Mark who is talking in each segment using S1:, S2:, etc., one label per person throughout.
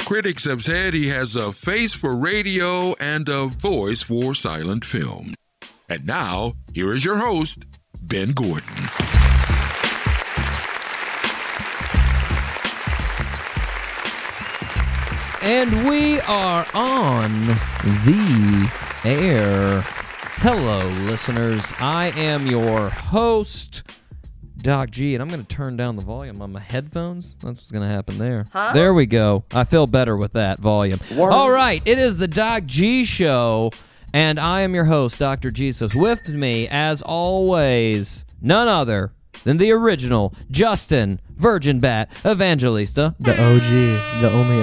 S1: critics have said he has a face for radio and a voice for silent film. And now, here is your host, Ben Gordon.
S2: And we are on the air. Hello, listeners. I am your host, Doc G, and I'm going to turn down the volume on my headphones. That's what's going to happen there. There we go. I feel better with that volume. All right, it is the Doc G Show, and I am your host, Dr. Jesus. With me, as always, none other than the original Justin Virgin Bat Evangelista.
S3: The OG, the only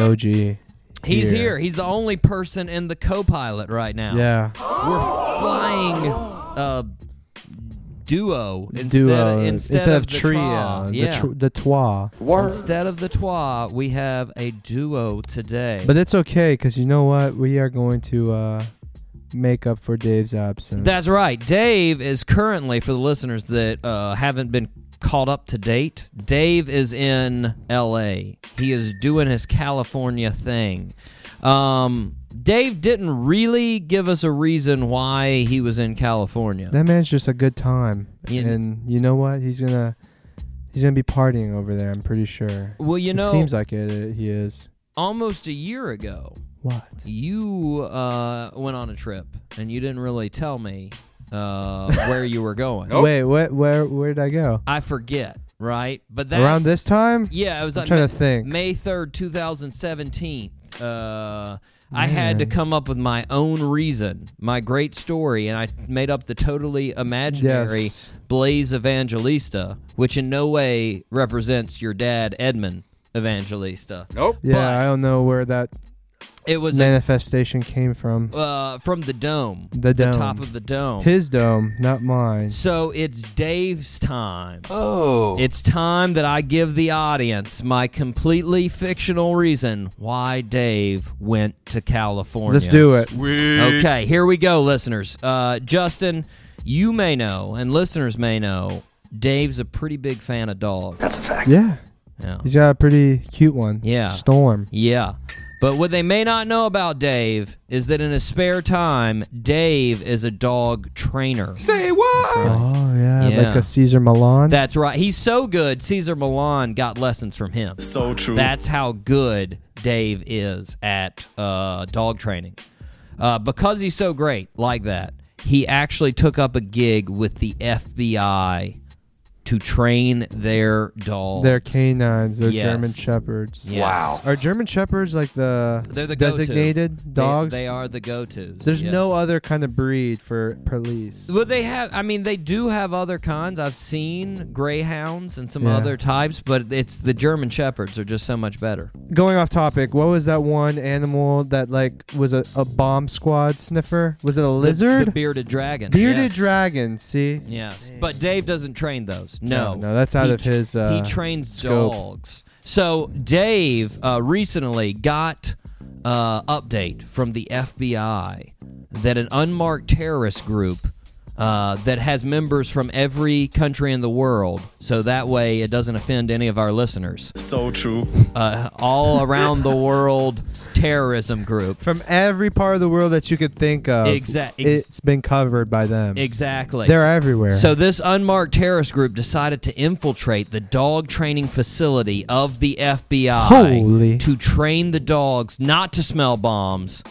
S3: OG.
S2: He's
S3: Yeah.
S2: here. He's the only person in the co-pilot right now.
S3: Yeah,
S2: We're flying uh, duo instead
S3: duo
S2: of, instead, of, the
S3: trio,
S2: trois.
S3: the
S2: yeah.
S3: tr- the trois.
S2: instead of the twa, we have a duo today.
S3: But it's okay because you know what? We are going to uh, make up for Dave's absence.
S2: That's right. Dave is currently, for the listeners that uh, haven't been caught up to date, Dave is in L.A. He is doing his California thing. Um, Dave didn't really give us a reason why he was in California.
S3: That man's just a good time,
S2: Yeah.
S3: and you know what? He's gonna he's gonna be partying over there. I'm pretty sure.
S2: well, you know,
S3: it seems like it, it- He is.
S2: almost a year ago,
S3: What?
S2: you uh, went on a trip and you didn't really tell me uh, where you were going.
S3: Wait, what? Where? Where did I go?
S2: I forget, right? But that's,
S3: Around this time?
S2: yeah, it was
S3: I'm
S2: like
S3: trying
S2: Ma-
S3: to think.
S2: May third, two thousand seventeen. Uh, I had to come up with my own reason, my great story, and I made up the totally imaginary
S3: Yes.
S2: Blaze Evangelista, which in no way represents your dad, Edmund Evangelista. Nope.
S3: yeah, I don't know where that
S2: It was a
S3: manifestation came from.
S2: uh, from the dome,
S3: The dome.
S2: top of the dome.
S3: His dome, not mine.
S2: so it's Dave's time. Oh, it's time that I give the audience my completely fictional reason why Dave went to California.
S3: Let's do it.
S2: Okay, here we go, listeners. Uh, Justin, you may know, and listeners may know, Dave's a pretty big fan of dogs.
S3: Yeah.
S2: Yeah.
S3: He's got a pretty cute one.
S2: Yeah.
S3: Storm.
S2: Yeah. But what they may not know about Dave is that in his spare time, Dave is a dog trainer.
S3: Oh yeah, like
S2: Yeah.
S3: a Caesar Milan.
S2: That's right. He's so good. Caesar Milan got lessons from him.
S4: So true.
S2: That's how good Dave is at uh, dog training. Uh, because he's so great like that, he actually took up a gig with the FBI to train their dogs.
S3: they're canines. They're
S2: Yes.
S3: German shepherds.
S2: Yes. Wow.
S3: Are German shepherds like the,
S2: They're the go-to.
S3: designated dogs?
S2: They, they are the go-tos.
S3: There's
S2: yes.
S3: no other kind of breed for police.
S2: Well, they have. I mean, they do have other kinds. I've seen greyhounds and some
S3: Yeah.
S2: other types, but it's the German shepherds are just so much better.
S3: Going off topic, what was that one animal that like was a, a bomb squad sniffer? Was it a
S2: The-
S3: lizard?
S2: the bearded dragon,
S3: Bearded
S2: yes.
S3: dragon. See.
S2: Yes, but Dave doesn't train those. No,
S3: No, no, that's out
S2: He
S3: of
S2: tr-
S3: his, uh,
S2: he trains
S3: scope.
S2: dogs. So Dave uh, recently got uh, update from the FBI that an unmarked terrorist group. Uh, that has members from every country in the world, so that way it doesn't offend any of our listeners.
S4: So true.
S2: Uh, all around the world terrorism group.
S3: From every part of the world that you could think of,
S2: Exact- ex-
S3: it's been covered by them.
S2: Exactly.
S3: They're everywhere.
S2: So this unmarked terrorist group decided to infiltrate the dog training facility of the FBI
S3: Holy.
S2: to train the dogs not to smell bombs.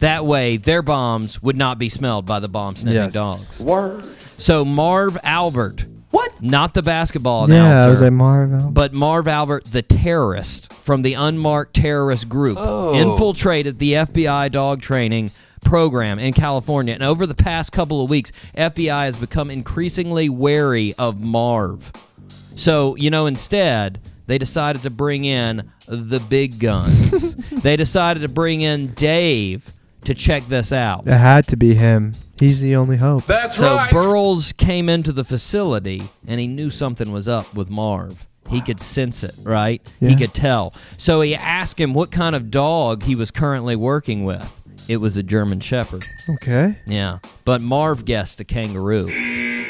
S2: That way, their bombs would not be smelled by the bomb sniffing
S3: Yes.
S2: dogs. Word. So Marv Albert, what? Not the basketball announcer.
S3: yeah, I was like Marvel.
S2: But Marv Albert, the terrorist from the unmarked terrorist group, infiltrated the FBI dog training program in California. And over the past couple of weeks, FBI has become increasingly wary of Marv. So, you know, instead, they decided to bring in the big guns. they decided to bring in Dave to check this out.
S3: It had to be him. He's the only hope.
S2: So Burles came into the facility and he knew something was up with Marv. He could sense it, right? He
S3: Yeah.
S2: could tell. So he asked him what kind of dog he was currently working with. It was a German Shepherd.
S3: okay.
S2: Yeah. But Marv guessed a kangaroo.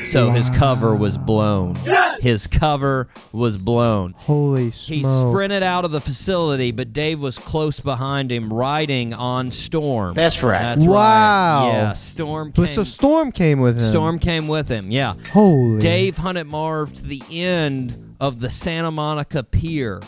S2: So his cover was blown. His cover was blown.
S3: Holy
S2: He
S3: smoke.
S2: sprinted out of the facility, but Dave was close behind him, riding on Storm.
S4: That's right.
S2: That's
S3: Wow.
S2: Right. Yeah, Storm came.
S3: but so Storm came with him.
S2: Storm came with him. Yeah.
S3: Holy.
S2: Dave hunted Marv to the end of the Santa Monica Pier.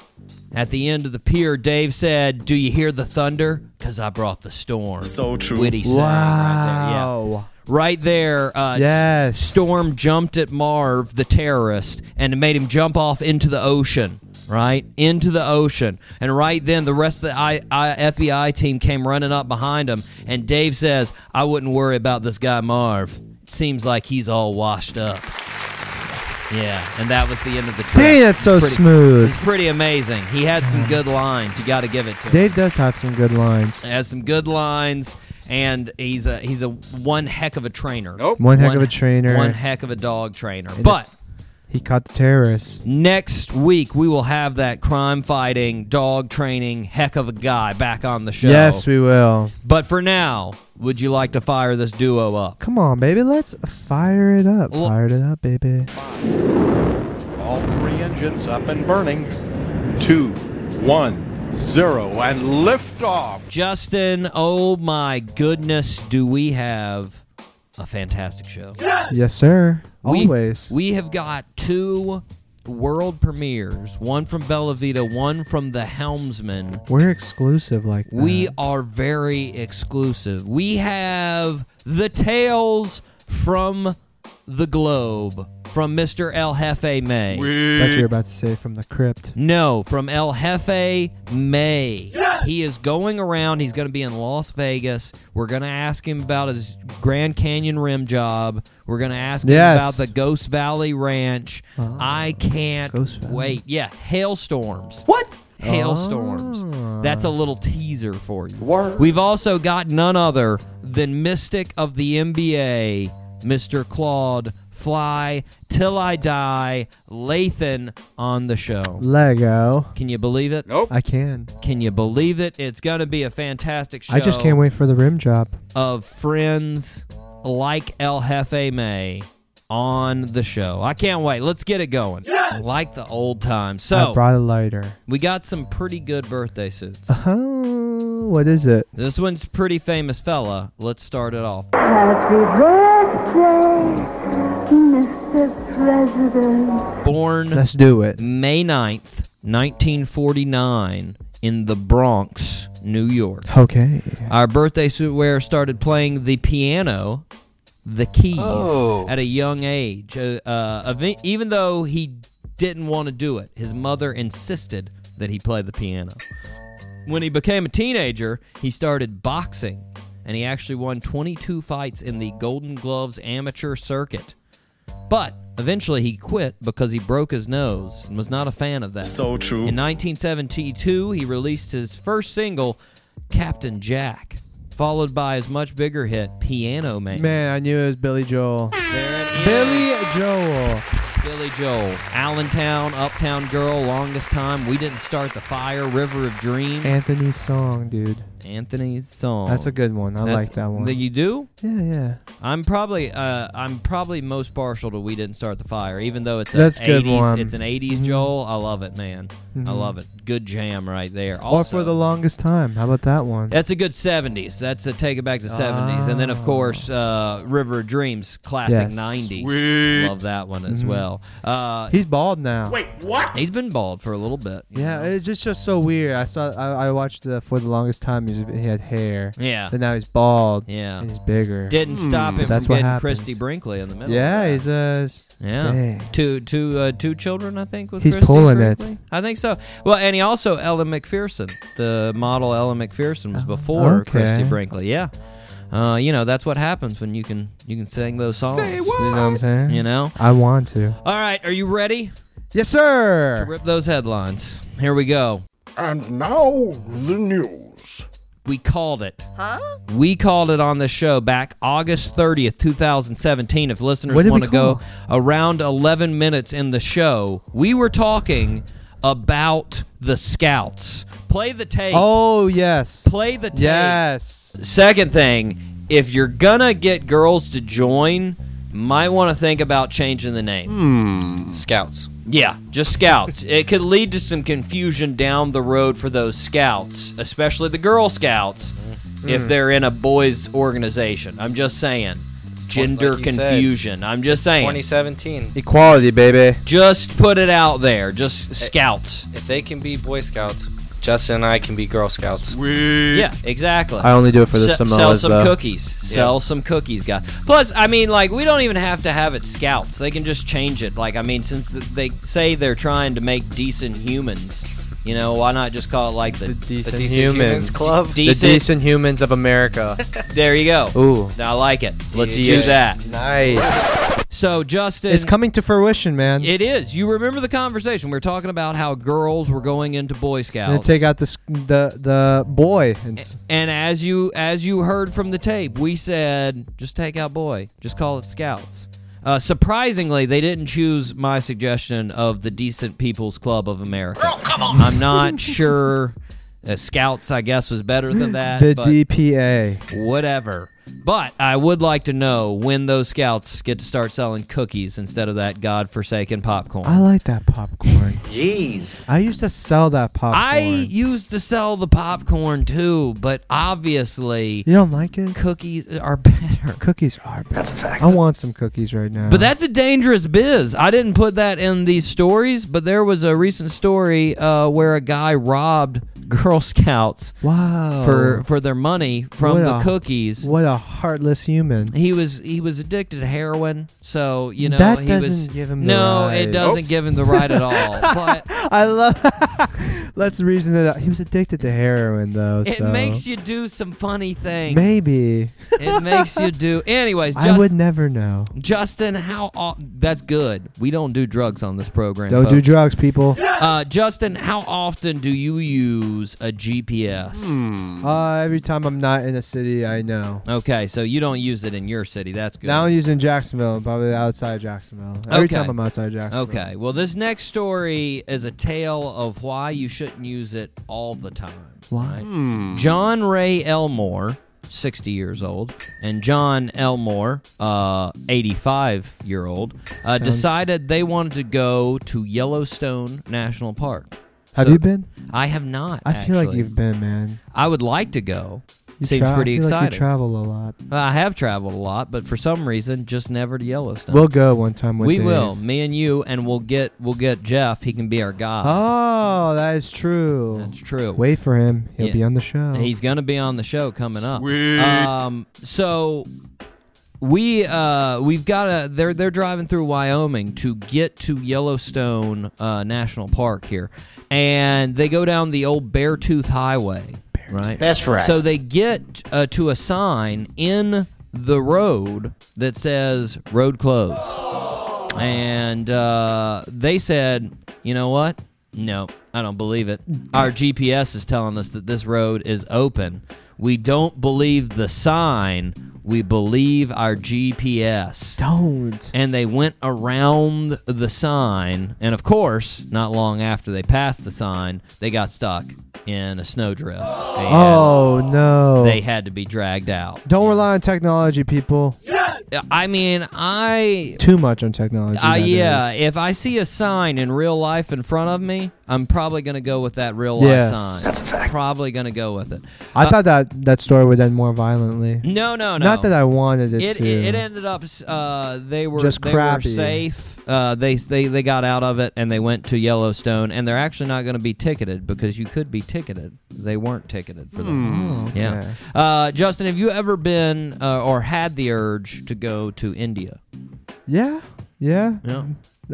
S2: At the end of the pier, Dave said, "Do you hear the thunder? Cause I brought the storm."
S4: So true.
S2: Witty saying right there.
S3: Wow.
S2: Yeah. Right there. Uh,
S3: Yes.
S2: Storm jumped at Marv, the terrorist, and it made him jump off into the ocean. Right into the ocean, and right then the rest of the I, I, FBI team came running up behind him. And Dave says, "I wouldn't worry about this guy Marv. It seems like he's all washed up." Yeah, and that was the end of the trip.
S3: Dang, that's so
S2: It's pretty-
S3: smooth.
S2: It's pretty amazing. He had some good lines. You got to give it to him
S3: Dave does have some good lines.
S2: has some good lines, and he's a he's a one heck of a trainer. Nope.
S3: One heck of a trainer.
S2: One heck of a dog trainer. but
S3: He caught the terrorists.
S2: next week we will have that crime fighting, dog training, heck of a guy back on the show.
S3: Yes, we will.
S2: but for now, would you like to fire this duo up?
S3: Come on, baby. Let's fire it up.
S2: Well-
S3: Fire it up, baby.
S5: All three engines up and burning. Two, one, zero, and liftoff.
S2: Justin, oh my goodness, do we have a fantastic show?
S3: Yes, sir.
S2: We-
S3: Always.
S2: We, have got two world premieres, one from Bella Vita, one from the Helmsman.
S3: We're exclusive like that.
S2: We are very exclusive. We have the tales from the globe from Mr. El Jefe May.
S3: That's what you're about to say from the crypt.
S2: No, from El Jefe May. He is going around. He's going to be in Las Vegas. We're going to ask him about his Grand Canyon rim job. We're going to ask
S3: Yes. Oh.
S2: him about the Ghost Valley Ranch. I can't
S3: Ghost Valley.
S2: wait. Yeah, hailstorms. What? Hailstorms.
S3: Ah.
S2: That's a little teaser for you.
S5: Word.
S2: We've also got none other than Mystic of the NBA, Mr. Claude Fly Till I Die, Lathan on the show.
S3: Lego.
S2: Can you believe it?
S5: Nope.
S3: I can.
S2: Can you believe it? It's going to be a fantastic show
S3: I just can't wait for the rim job.
S2: of friends like El Jefe May on the show. I can't wait. Let's get it going. Like the old times.
S3: I
S2: So,
S3: brought a lighter.
S2: we got some pretty good birthday suits.
S3: Oh, what is it?
S2: This one's pretty famous fella. Let's start it off.
S6: Happy birthday, Mr. President.
S2: Born
S3: Let's do it.
S2: May 9th, 1949 in the Bronx, New York.
S3: Okay.
S2: Our birthday suit wearer started playing the piano, the keys, at a young age. Uh, uh, ev- even though he didn't want to do it, his mother insisted that he play the piano. When he became a teenager, he started boxing, and he actually won 22 fights in the Golden Gloves amateur circuit. But eventually he quit because he broke his nose and was not a fan of that.
S4: So true.
S2: In 1972, he released his first single, Captain Jack, followed by his much bigger hit, Piano Man.
S3: Man, I knew it was Billy Joel.
S2: There it is.
S3: Billy Joel.
S2: Billy Joel, Allentown, Uptown Girl, Longest Time, We Didn't Start the Fire, River of Dreams,
S3: Anthony's song, dude.
S2: Anthony's Song.
S3: That's a good one. I
S2: That's-
S3: like that one.
S2: You do?
S3: yeah, yeah.
S2: I'm probably uh, I'm probably most partial to "We Didn't Start the Fire," even though it's
S3: That's
S2: an
S3: a good
S2: 80s,
S3: one. Mm-hmm.
S2: It's an '80s Joel. I love it, man. I love it. Good jam right there. Also,
S3: or for the longest time. How about that one?
S2: That's a good 70s. That's a take it back to 70s. And then, of course, uh, River of Dreams, classic
S3: Ah. Yes. Mm-hmm.
S2: 90s. Love that one as well. Uh,
S3: He's bald now. Wait.
S2: he's been bald for a little bit. you
S3: Yeah,
S2: know?
S3: it's just just so weird. I saw I, I watched the for the longest time music. He had hair.
S2: Yeah.
S3: But now he's bald.
S2: Yeah.
S3: And he's bigger.
S2: Didn't stop him
S3: Hmm. That's
S2: from
S3: what
S2: getting
S3: happens.
S2: Christy Brinkley in the middle.
S3: Yeah, he's a.
S2: Yeah,
S3: Dang.
S2: two two uh, two children, I think. With
S3: He's
S2: Christy
S3: pulling
S2: Brinkley?
S3: it.
S2: I think so. Well, and he also Ellen McPherson, the model Ellen McPherson was before
S3: Oh, okay.
S2: Christy Brinkley. Yeah, uh, you know that's what happens when you can you can sing those songs.
S3: You know what I'm saying?
S2: You know.
S3: I want to.
S2: All right, are you ready?
S3: Yes, sir.
S2: Rip those headlines. Here we go.
S7: And now the news.
S2: We called it. Huh? We called it on the show back August 30th, 2017. If
S3: What
S2: listeners
S3: did
S2: want
S3: we
S2: to go
S3: call?
S2: around 11 minutes in the show, we were talking about the scouts. Play the tape.
S3: Oh yes.
S2: Play the tape.
S3: Yes.
S2: Second thing, if you're gonna get girls to join, might want to think about changing the name.
S4: Scouts.
S2: Yeah, just scouts. it could lead to some confusion down the road for those scouts, especially the Girl Scouts,
S4: Hmm.
S2: if they're in a boys' organization. I'm just saying. Gender
S4: like you said.
S2: confusion. I'm just saying.
S4: 2017.
S3: Equality, baby.
S2: Just put it out there.
S4: Eh,
S2: Just scouts.
S4: If they can be Boy Scouts, Justin and I can be Girl Scouts.
S2: Yeah, exactly.
S3: I only do it for the
S2: Se-
S3: Samoas,
S2: sell some
S3: though.
S2: cookies. Sell some cookies, guys. Plus, I mean, like we don't even have to have it scouts. They can just change it. Like I mean, since th- they say they're trying to make decent humans, you know, why not just call it like the,
S4: The Decent Humans, Club.
S2: decent?
S3: The decent humans of America.
S2: there you go.
S3: Ooh,
S2: I like it. Let's
S3: DH.
S2: do that.
S3: nice.
S2: So Justin,
S3: It's coming to fruition, man.
S2: It is. You remember the conversation we were talking about how girls were going into Boy Scouts.
S3: Gonna take out the s- the the boy. And s-
S2: And as you as you heard from the tape, we said just take out boy, just call it scouts. Uh, surprisingly, they didn't choose my suggestion of the Decent People's Club of America. I'm not sure. Uh, scouts, I guess, was better than that.
S3: the
S2: but
S3: DPA.
S2: whatever. But I would like to know when those scouts get to start selling cookies instead of that godforsaken popcorn.
S3: I like that popcorn. Jeez. I used to sell that popcorn.
S2: I used to sell the popcorn too, but obviously
S3: You don't like it?
S2: cookies are better.
S3: Cookies are. That's a fact. I want some cookies right now.
S2: But that's a dangerous biz. I didn't put that in these stories, but there was a recent story uh, where a guy robbed Girl Scouts
S3: wow.
S2: for for their money from
S3: What
S2: the
S3: a-
S2: cookies.
S3: what a heartless human.
S2: He was he was addicted to heroin, so you know
S3: That
S2: he was,
S3: doesn't give him the
S2: no,
S3: right.
S2: it doesn't give him the right at all. But
S3: I love. Let's reason it out. He was addicted to heroin, though.
S2: it
S3: so.
S2: makes you do some funny things.
S3: Maybe
S2: It makes you do. Anyways,
S3: I
S2: Justin,
S3: would never know.
S2: Justin, how au- that's good. We don't do drugs on this program.
S3: Don't do
S2: folks.
S3: drugs, people.
S2: Uh, Justin, how often do you use a GPS?
S3: Uh, every time I'm not in a city, I know.
S2: Okay, so you don't use it in your city. That's good.
S3: Now I'm using Jacksonville, probably outside Jacksonville. Every
S2: Okay.
S3: time I'm outside Jacksonville.
S2: okay, well, this next story is a tale of why you shouldn't use it all the time.
S3: Why?
S2: Hmm.
S3: Hmm.
S2: John Ray Elmore, 60 years old, and John Elmore, uh, 85 year old, uh,
S3: Sounds-
S2: decided they wanted to go to Yellowstone National Park.
S3: Have
S2: So-
S3: you been?
S2: I have not.
S3: I feel like
S2: actually.
S3: you've been, man.
S2: I would like to go.
S3: You
S2: Seems
S3: tra-
S2: pretty
S3: I feel
S2: exciting.
S3: Like you travel a lot.
S2: Well, I have traveled a lot, but for some reason, just never to Yellowstone.
S3: We'll go one time with
S2: we
S3: Dave.
S2: will, me and you, and we'll get we'll get Jeff. He can be our guy.
S3: Oh, that is true.
S2: That's true.
S3: Wait for him. He'll
S2: Yeah.
S3: be on the show.
S2: He's gonna be on the show coming up. Um, so we uh we've got a they're they're driving through Wyoming to get to Yellowstone uh, National Park here, and they go down the old Beartooth Highway, right?
S7: That's right.
S2: So they get uh, to a sign in the road that says "road closed," and uh, they said, "You know what? No, I don't believe it. Our GPS is telling us that this road is open. We don't believe the sign. We believe our GPS."
S3: Don't.
S2: and they went around the sign and of course not long after they passed the sign they got stuck in a snowdrift and
S3: Oh no.
S2: they had to be dragged out
S3: Don't rely on technology, people.
S2: i mean i
S3: Too much on technology.
S2: I
S3: nowadays.
S2: Uh, yeah if i see a sign in real life in front of me i'm probably going to go with that real life
S3: Yes.
S2: sign that's a fact probably going to go with it
S3: I thought that that story would end more violently.
S2: no no no
S3: Not that I wanted it,
S2: it,
S3: to.
S2: it, it ended up uh, they were
S3: Just
S2: they
S3: crappy.
S2: were safe. Uh, they they they got out of it and they went to Yellowstone and they're actually not going to be ticketed because you could be ticketed. They weren't ticketed for that.
S3: Oh,
S2: Yeah. Uh, Justin, have you ever been uh, or had the urge to go to India?
S3: yeah. Yeah.
S2: Yeah.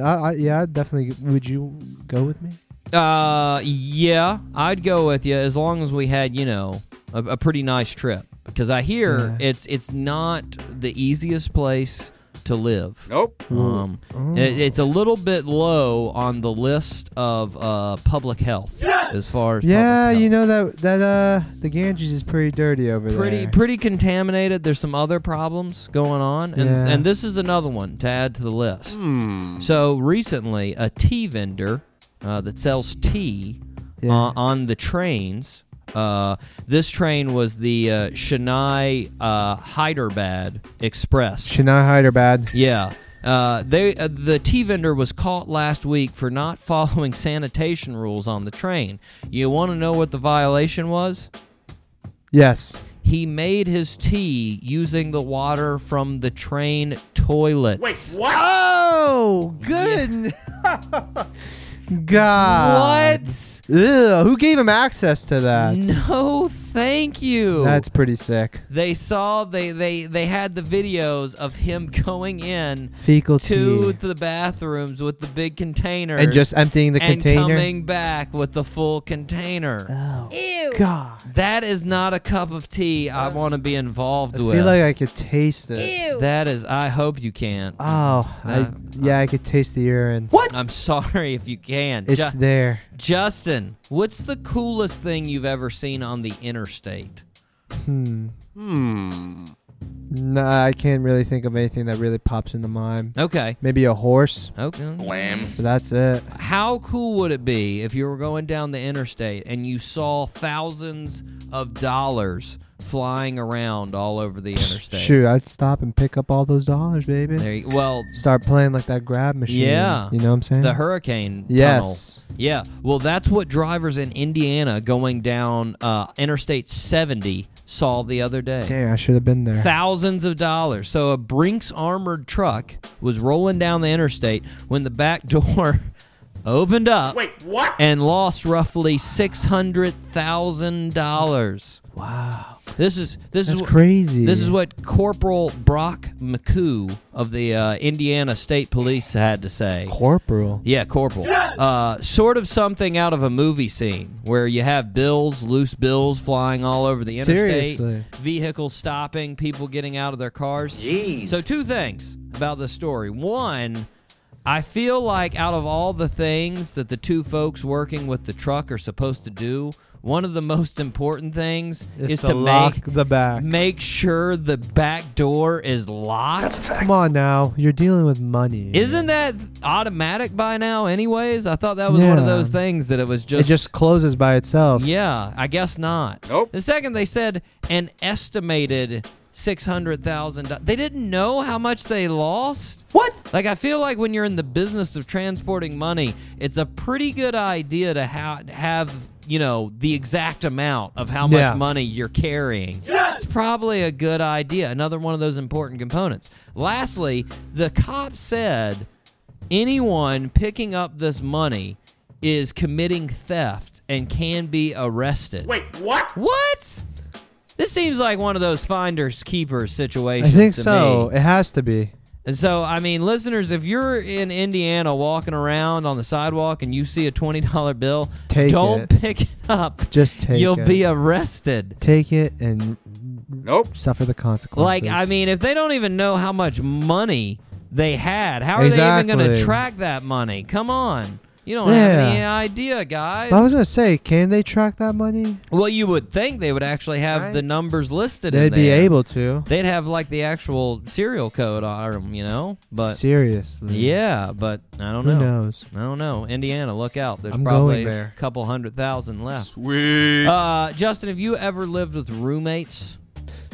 S3: I, I, yeah. Definitely. Would you go with me?
S2: Uh, yeah, I'd go with you as long as we had you know a, a pretty nice trip because I hear
S3: Yeah.
S2: it's it's not the easiest place to live.
S5: Nope.
S2: Um, it, it's a little bit low on the list of uh, public health as far as
S3: Yeah.
S2: public
S3: You
S2: health.
S3: know that that uh the Ganges is pretty dirty over
S2: pretty
S3: there.
S2: pretty contaminated. There's some other problems going on, and
S3: Yeah.
S2: and this is another one to add to the list. So recently, a tea vendor uh, that sells tea
S3: Yeah.
S2: uh, on the trains Uh, this train was the uh, Chennai uh, Hyderabad Express.
S3: Chennai Hyderabad.
S2: Yeah. Uh, they uh, the tea vendor was caught last week for not following sanitation rules on the train. You want to know what the violation was?
S3: Yes.
S2: He made his tea using the water from the train toilets. Wait,
S3: Oh, good. God.
S2: what?
S3: Ew, who gave him access to that?
S2: No, thank you.
S3: That's pretty sick.
S2: they saw they they they had the videos of him going in
S3: Fecal
S2: to
S3: tea.
S2: the bathrooms with the big container
S3: And just emptying the
S2: and
S3: container. Uh,
S2: coming back with the full container.
S8: Ew.
S3: God.
S2: That is not a cup of tea I want to be involved
S3: uh, I
S2: with.
S3: feel like I could taste it.
S8: Ew.
S2: that is. I hope you can't.
S3: Oh, I,
S2: Uh,
S3: yeah, I could taste the urine. What?
S2: I'm sorry if you can.
S3: It's
S2: Ju-
S3: there.
S2: Justin, what's the coolest thing you've ever seen on the interstate?
S3: No, I can't really think of anything that really pops into mind.
S2: Okay.
S3: Maybe a horse,
S2: Okay.
S9: Wham.
S3: but that's it.
S2: How cool would it be if you were going down the interstate and you saw thousands of dollars flying around all over the interstate?
S3: Shoot, I'd stop and pick up all those dollars, baby.
S2: There you, well,
S3: Start playing like that grab machine.
S2: Yeah.
S3: You know what I'm saying?
S2: the hurricane tunnel.
S3: Yes.
S2: Yeah, well, that's what drivers in Indiana going down uh, Interstate 70 saw the other day.
S3: Dang, I should have been there.
S2: Thousands of dollars. So a Brinks armored truck was rolling down the interstate when the back door opened up. Wait, what? And lost roughly six hundred thousand dollars. Wow. This is this
S3: That's
S2: is wh-
S3: crazy.
S2: This is what Corporal Brock McCoo of the uh, Indiana State Police had to say.
S3: Corporal.
S2: Yeah, corporal. Uh, sort of something out of a movie scene where you have bills, loose bills flying all over the interstate,
S3: Seriously.
S2: vehicles stopping, people getting out of their cars. Jeez. So two things about this story. One, I feel like out of all the things that the two folks working with the truck are supposed to do, one of the most important things
S3: It's
S2: is
S3: to
S2: to
S3: lock
S2: make
S3: the back.
S2: make sure the back door is locked.
S3: Come on now, you're dealing with money.
S2: Isn't that automatic by now, anyways? I thought that was one of
S3: Yeah.
S2: those things that it was
S3: it
S2: just.
S3: just closes by itself?
S2: yeah, I guess not.
S9: Nope.
S2: The second they said an estimated six hundred thousand. They didn't know how much they lost. What? Like I feel like when you're in the business of transporting money, it's a pretty good idea to ha- have you know the exact amount of how much
S3: Yeah.
S2: money you're carrying. It's probably a good idea. Another one of those important components. Lastly, the cop said anyone picking up this money is committing theft and can be arrested. Wait, what? What? This seems like one of those finders keepers
S3: I
S2: situations.
S3: think
S2: to
S3: so.
S2: me.
S3: It has to be.
S2: And so, I mean, listeners, if you're in Indiana walking around on the sidewalk and you see a twenty dollar bill,
S3: Take
S2: don't
S3: it.
S2: pick it up.
S3: Just take
S2: You'll
S3: it.
S2: be arrested.
S3: Take it and
S9: Nope.
S3: suffer the consequences.
S2: Like, I mean, if they don't even know how much money they had, how are they even going to
S3: Exactly.
S2: track that money? Come on. You don't have
S3: Yeah.
S2: any idea, guys.
S3: But I was gonna say, can they track that money?
S2: well, you would think they would actually have
S3: Right?
S2: the numbers listed in
S3: They'd be
S2: there.
S3: able to.
S2: They'd have, like, the actual serial code on them, you know? But,
S3: Seriously.
S2: yeah, but I don't
S3: Who
S2: know.
S3: knows?
S2: I don't know. Indiana, look out. There's
S3: I'm
S2: probably
S3: going there.
S2: a couple hundred thousand left.
S9: Sweet.
S2: Uh, Justin, have you ever lived with roommates?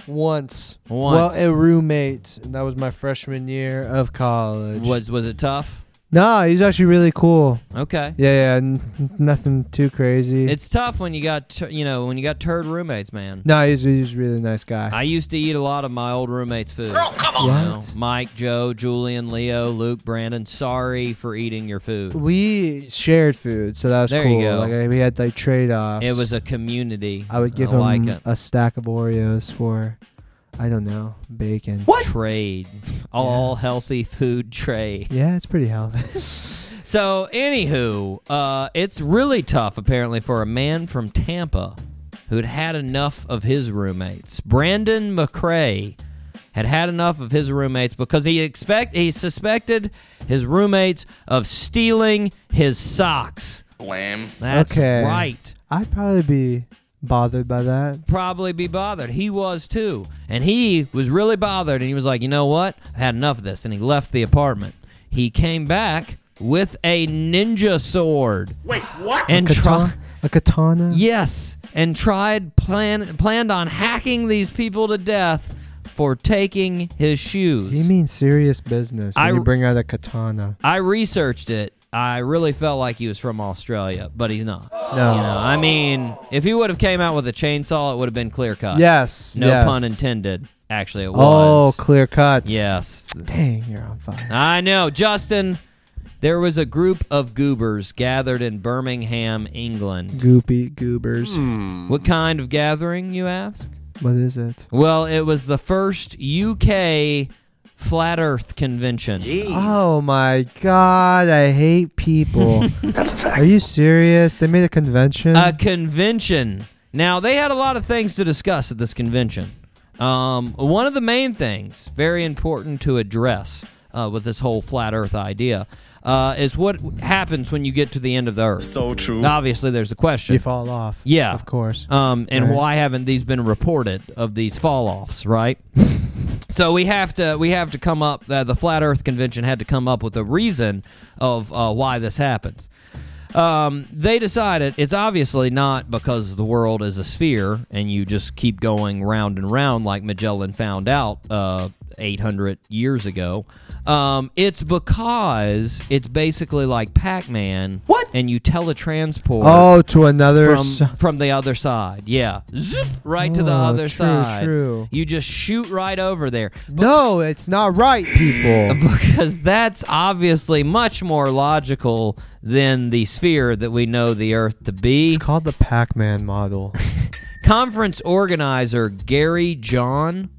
S3: Once.
S2: Once.
S3: Well, a roommate. And that was my freshman year of college.
S2: Was was it tough?
S3: No, he's actually really cool.
S2: Okay.
S3: Yeah, yeah, n- nothing too crazy.
S2: It's tough when you got tur- you know when you got turd roommates, man.
S3: no, he's, he's a really nice guy.
S2: I used to eat a lot of my old roommates' food.
S3: What?
S2: You know, Mike, Joe, Julian, Leo, Luke, Brandon. Sorry for eating your food.
S3: We shared food, so that was
S2: There you
S3: cool.
S2: go.
S3: Like I- we had like trade offs.
S2: It was a community.
S3: I would give
S2: I
S3: him
S2: like it.
S3: a stack of Oreos for, I don't know, bacon.
S2: Trade, all
S3: Yes.
S2: healthy food trade.
S3: Yeah, it's pretty healthy.
S2: So, anywho, uh, it's really tough apparently for a man from Tampa who'd had enough of his roommates. Brandon McCrae had had enough of his roommates because he expect he suspected his roommates of stealing his socks.
S9: Wham.
S2: That's
S3: Okay.
S2: right.
S3: I'd probably be bothered by that.
S2: Probably be bothered. He was too. And he was really bothered and he was like, "You know what? I've had enough of this." And he left the apartment. He came back with a ninja sword. Wait, what? And try-
S3: Kata- a katana.
S2: yes, and tried plan planned on hacking these people to death for taking his shoes.
S3: You mean serious business when
S2: I-
S3: you bring out a katana?
S2: I researched it. I really felt like he was from Australia, but he's not.
S3: No.
S2: You know, I mean, if he would have came out with a chainsaw, it would have been clear cut.
S3: Yes.
S2: No
S3: yes.
S2: pun intended. Actually, it
S3: Oh,
S2: was.
S3: clear cuts.
S2: Yes.
S3: Dang, you're on fire.
S2: I know, Justin. There was a group of goobers gathered in Birmingham, England.
S3: Goopy goobers.
S2: Hmm. What kind of gathering, you ask?
S3: What is it?
S2: Well, it was the first UK flat Earth convention.
S3: Oh my god, I hate people. That's a fact. Are you serious? They made a convention.
S2: a convention. Now they had a lot of things to discuss at this convention. Um, one of the main things, very important to address uh, with this whole flat Earth idea, uh, is what happens when you get to the end of the Earth.
S7: So true.
S2: Obviously, there's a question.
S3: you fall off.
S2: Yeah.
S3: Of course.
S2: Um, and
S3: Right.
S2: why haven't these been reported of these fall offs, right? so we have to we have to come up. Uh, the Flat Earth Convention had to come up with a reason of uh, why this happens. Um, they decided it's obviously not because the world is a sphere and you just keep going round and round like Magellan found out uh, 800 years ago. Um, it's because it's basically like Pac-Man. What? And you teletransport
S3: oh, to another.
S2: from,
S3: s-
S2: from the other side. Yeah. Zoop, right to the
S3: Oh,
S2: other
S3: true,
S2: side.
S3: true.
S2: You just shoot right over there.
S3: no, it's not right, people.
S2: Because that's obviously much more logical than the sphere that we know the Earth to be.
S3: it's called the Pac-Man model.
S2: Conference organizer Gary John.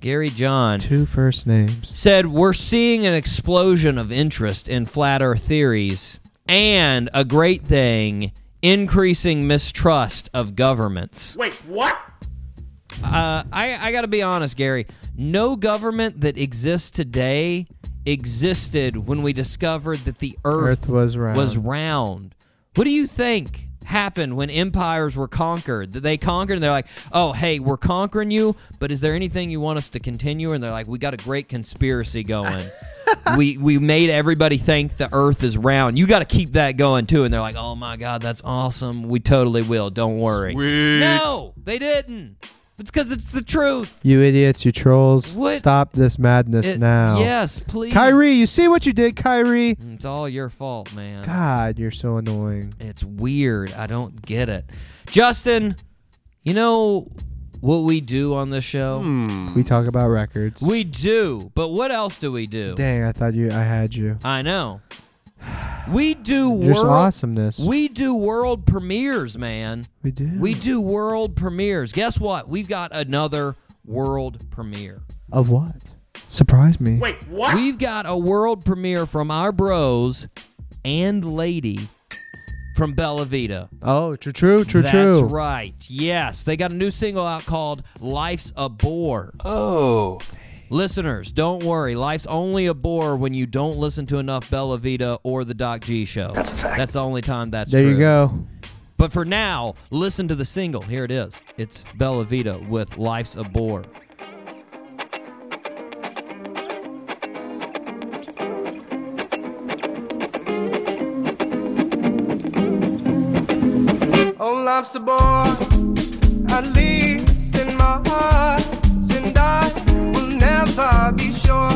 S2: Gary John.
S3: Two first names.
S2: said we're seeing an explosion of interest in flat earth theories and a great thing increasing mistrust of governments wait what uh, I, I gotta be honest gary no government that exists today existed when we discovered that the earth,
S3: Earth was round.
S2: was round what do you think happened when empires were conquered that they conquered and they're like oh hey we're conquering you but is there anything you want us to continue and they're like we got a great conspiracy going we we made everybody think the earth is round you got to keep that going too and they're like oh my god that's awesome we totally will don't worry no they didn't it's because it's the truth
S3: You idiots, you trolls.
S2: What?
S3: Stop this madness
S2: It-
S3: now.
S2: yes please
S3: Kyrie, you see what you did, Kyrie?
S2: it's all your fault man
S3: God, you're so annoying.
S2: It's weird. I don't get it. Justin, you know what we do on this show?
S3: We talk about records.
S2: We do, but what else do we do?
S3: Dang, I thought you I had you.
S2: I know. We do
S3: There's
S2: world
S3: awesomeness.
S2: We do world premieres, man.
S3: We do.
S2: We do world premieres. Guess what? We've got another world premiere.
S3: of what? Surprise me. Wait.
S2: We've got a world premiere from our bros and lady from Bella Vita.
S3: Oh, true, true, true,
S2: That's
S3: true.
S2: right. Yes, they got a new single out called "Life's a Bore."
S4: Oh,
S2: Listeners, don't worry. Life's only a bore when you don't listen to enough Bella Vita or the Doc G Show. That's a fact. That's the only time that's
S3: There
S2: true.
S3: you go.
S2: But for now, listen to the single. Here it is. It's Bella Vita with "Life's a Bore."
S8: Oh, life's a bore, at least in my heart, and I will never be sure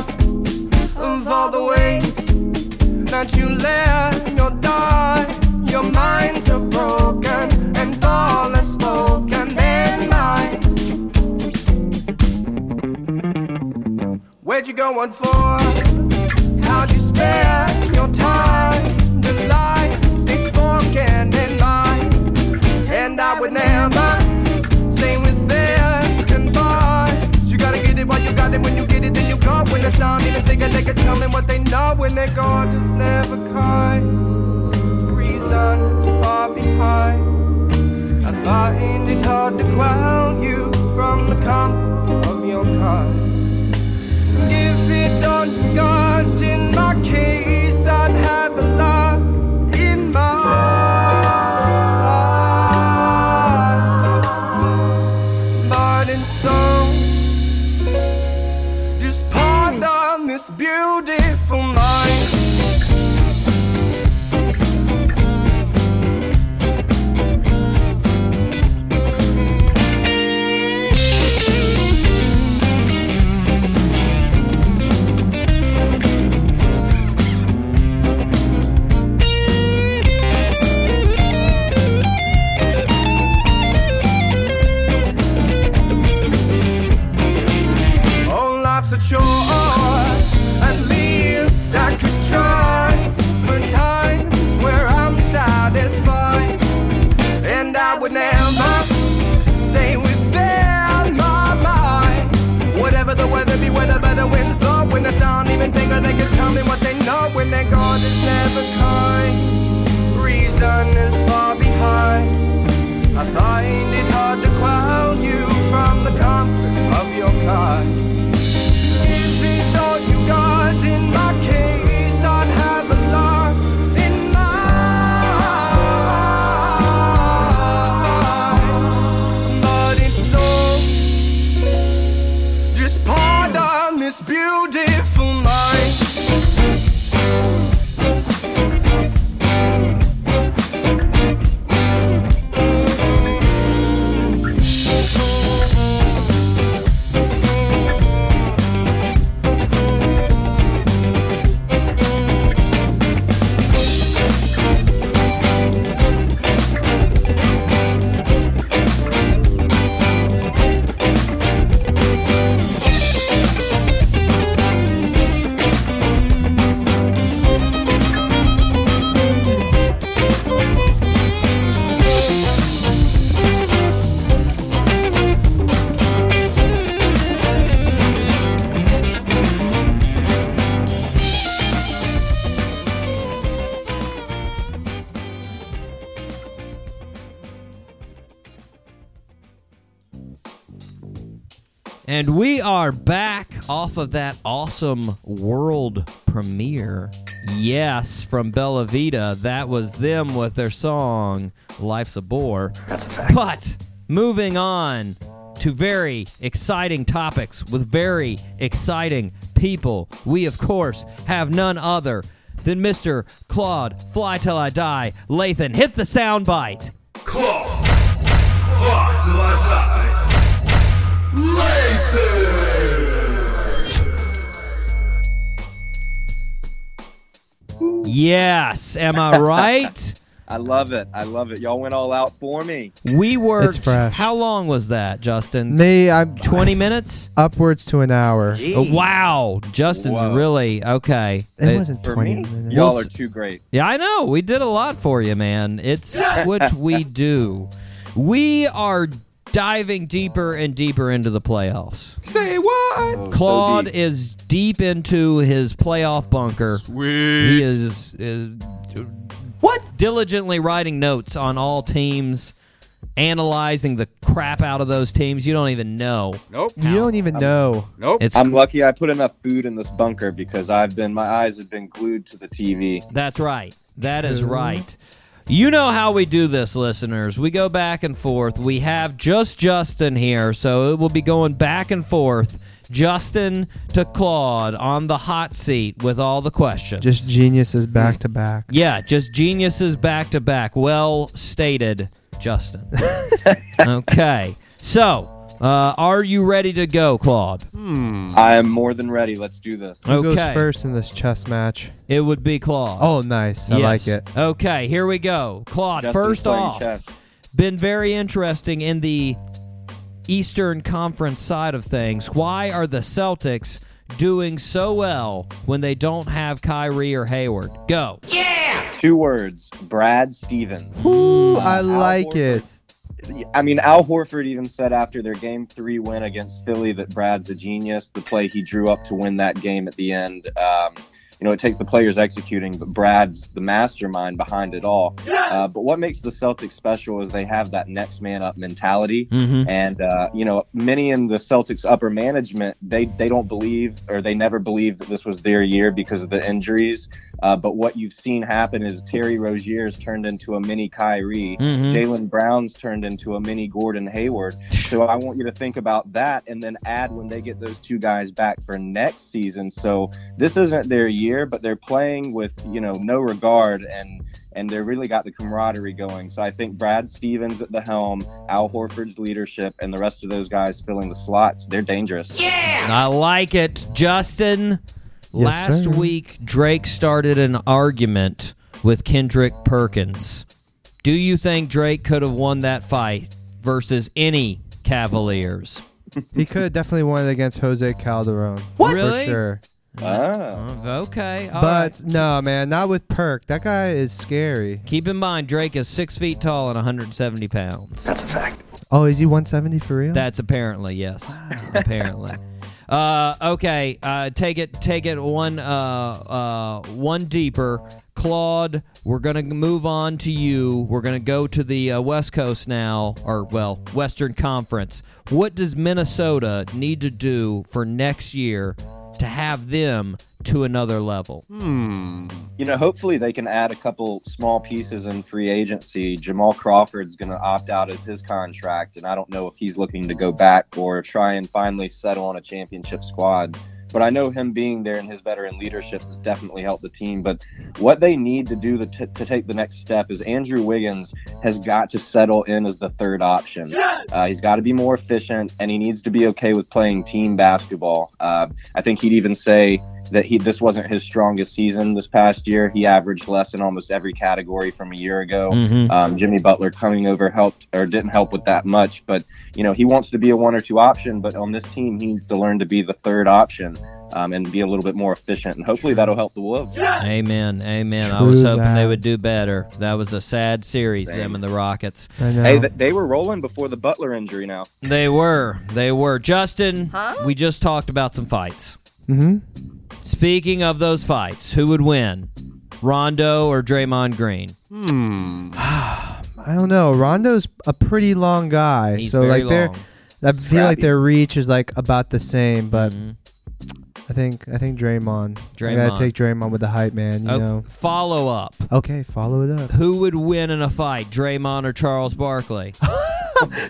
S8: of all the ways that you let your die. Your minds are broken and all is spoken in mine. Where'd you go on for? How'd you spend your time? The lies they spoken in mine. And I would never stay within confines. You gotta get it while you got it. When you get it, then you go. When the sound even thicker, they can tell me what they know. When they go, just never kind. Reason is far behind. I find it hard to ground you from the comfort of your car. If it don't got in my case, I'd have a lot in my eye. But it's so just pardon this beautiful mind. and think that they can tell me what they know when they're gone is never kind. Reason is far behind. I find it hard to quell you from the comfort of your kind. If it all you got in my case, I'd have a lot in mind. But it's all just part on this beautiful mind.
S2: And we are back off of that awesome world premiere. Yes, from Bella Vita. That was them with their song Life's a Bore. That's a fact. But moving on to very exciting topics with very exciting people. We, of course, have none other than Mr. Claude Fly Till I Die Lathan. Hit the soundbite. Yes, am I right?
S9: I love it. I love it. Y'all went all out for me.
S2: We worked.
S3: It's fresh.
S2: How long was that, Justin?
S3: Me, I'm
S2: Twenty minutes.
S3: upwards to an hour.
S2: Oh, wow, Justin,
S9: Whoa.
S2: really? Okay.
S3: It wasn't
S9: For
S3: 20
S9: me,
S3: minutes.
S9: y'all are too great.
S2: Yeah, I know. We did a lot for you, man. It's what we do. We are diving deeper and deeper into the playoffs.
S9: Oh, so
S2: Claude
S9: deep.
S2: is deep into his playoff bunker. He is, is what diligently writing notes on all teams, analyzing the crap out of those teams. You don't even know.
S10: Nope.
S3: You don't even know.
S10: Nope.
S2: It's
S9: I'm lucky I put enough food in this bunker because I've been my eyes have been glued to the TV.
S2: That's right. That is right. You know how we do this, listeners. We go back and forth. We have just Justin here, so it will be going back and forth. Justin to Claude on the hot seat with all the questions.
S3: Just geniuses back to back.
S2: yeah, just geniuses back to back. Well stated, Justin. okay. So, uh, are you ready to go, Claude?
S9: I am more than ready. Let's do this.
S3: Who
S2: Okay.
S3: goes first in this chess match?
S2: It would be Claude.
S3: Oh, nice. I
S2: Yes.
S3: like it.
S2: Okay, here we go. Claude,
S9: Justin's
S2: first
S9: playing
S2: off,
S9: chess.
S2: been very interesting in the Eastern Conference side of things. Why are the Celtics doing so well when they don't have Kyrie or Hayward? Go.
S9: two words: Brad Stevens.
S3: Ooh,
S9: Uh,
S3: I
S9: Al
S3: like
S9: Horford.
S3: it.
S9: I mean, Al Horford even said after their game three win against Philly that Brad's a genius. The play he drew up to win that game at the end. Um, you know, it takes the players executing, but Brad's the mastermind behind it all. Uh, but what makes the Celtics special is they have that next man up mentality.
S2: Mm-hmm.
S9: And uh, you know, many in the Celtics upper management, they they don't believe or they never believed that this was their year because of the injuries. Uh, but what you've seen happen is Terry Rozier's turned into a mini Kyrie.
S2: Mm-hmm.
S9: Jalen Brown's turned into a mini Gordon Hayward. So I want you to think about that and then add when they get those two guys back for next season. So this isn't their year, but they're playing with, you know, no regard and and they really got the camaraderie going. So I think Brad Stevens at the helm, Al Horford's leadership, and the rest of those guys filling the slots, they're dangerous.
S2: I like it, Justin. Last
S3: sir.
S2: week, Drake started an argument with Kendrick Perkins. Do you think Drake could have won that fight versus any Cavaliers?
S3: He could have definitely won it against Jose Calderon.
S2: What?
S3: For
S2: Really?
S3: sure.
S9: Ah.
S2: Uh, Okay. all right.
S3: But no, man, not with Perk. That guy is scary.
S2: Keep in mind, Drake is six feet tall and 170 pounds.
S3: Oh, is he 170 for real?
S2: That's apparently yes. apparently. Uh, okay, uh, take it, take it one, uh, uh, one deeper. Claude, we're gonna move on to you. We're gonna go to the uh, West Coast now, or well, Western Conference. What does Minnesota need to do for next year to have them to another level?
S9: you know, hopefully they can add a couple small pieces in free agency. Jamal Crawford's going to opt out of his contract, and I don't know if he's looking to go back or try and finally settle on a championship squad. But I know him being there and his veteran leadership has definitely helped the team. But what they need to do to, t- to take the next step is Andrew Wiggins has got to settle in as the third option. Uh, he's got to be more efficient, and he needs to be okay with playing team basketball. Uh, I think he'd even say that he this wasn't his strongest season this past year. He averaged less in almost every category from a year ago.
S2: Hmm.
S3: Hmm.
S9: Um, Jimmy Butler coming over helped or didn't help with that much, but you know he wants to be a one or two option. But on this team, he needs to learn to be the third option um, and be a little bit more efficient. And hopefully that'll help the Wolves.
S2: Amen, amen. I was
S3: True
S2: hoping they
S3: that.
S2: would do better. That was a sad series, them and the Rockets.
S3: I know.
S9: Hey, th- they were rolling before the Butler injury. Now
S2: They were. They were. Justin, we just talked about some fights.
S3: Mhm.
S2: Speaking of those fights, who would win? Rondo or Draymond Green?
S3: I don't know. Rondo's a pretty long guy,
S2: He's
S3: so
S2: very
S3: like they're.
S2: long.
S3: I feel like
S9: Scrappy.
S3: their reach is like about the same, but I think I think Draymond. I
S2: Mm-hmm. Draymond.
S3: gotta take Draymond with the hype man. You
S2: Oh,
S3: know.
S2: Follow up.
S3: Okay, follow it up.
S2: Who would win in a fight, Draymond or Charles Barkley?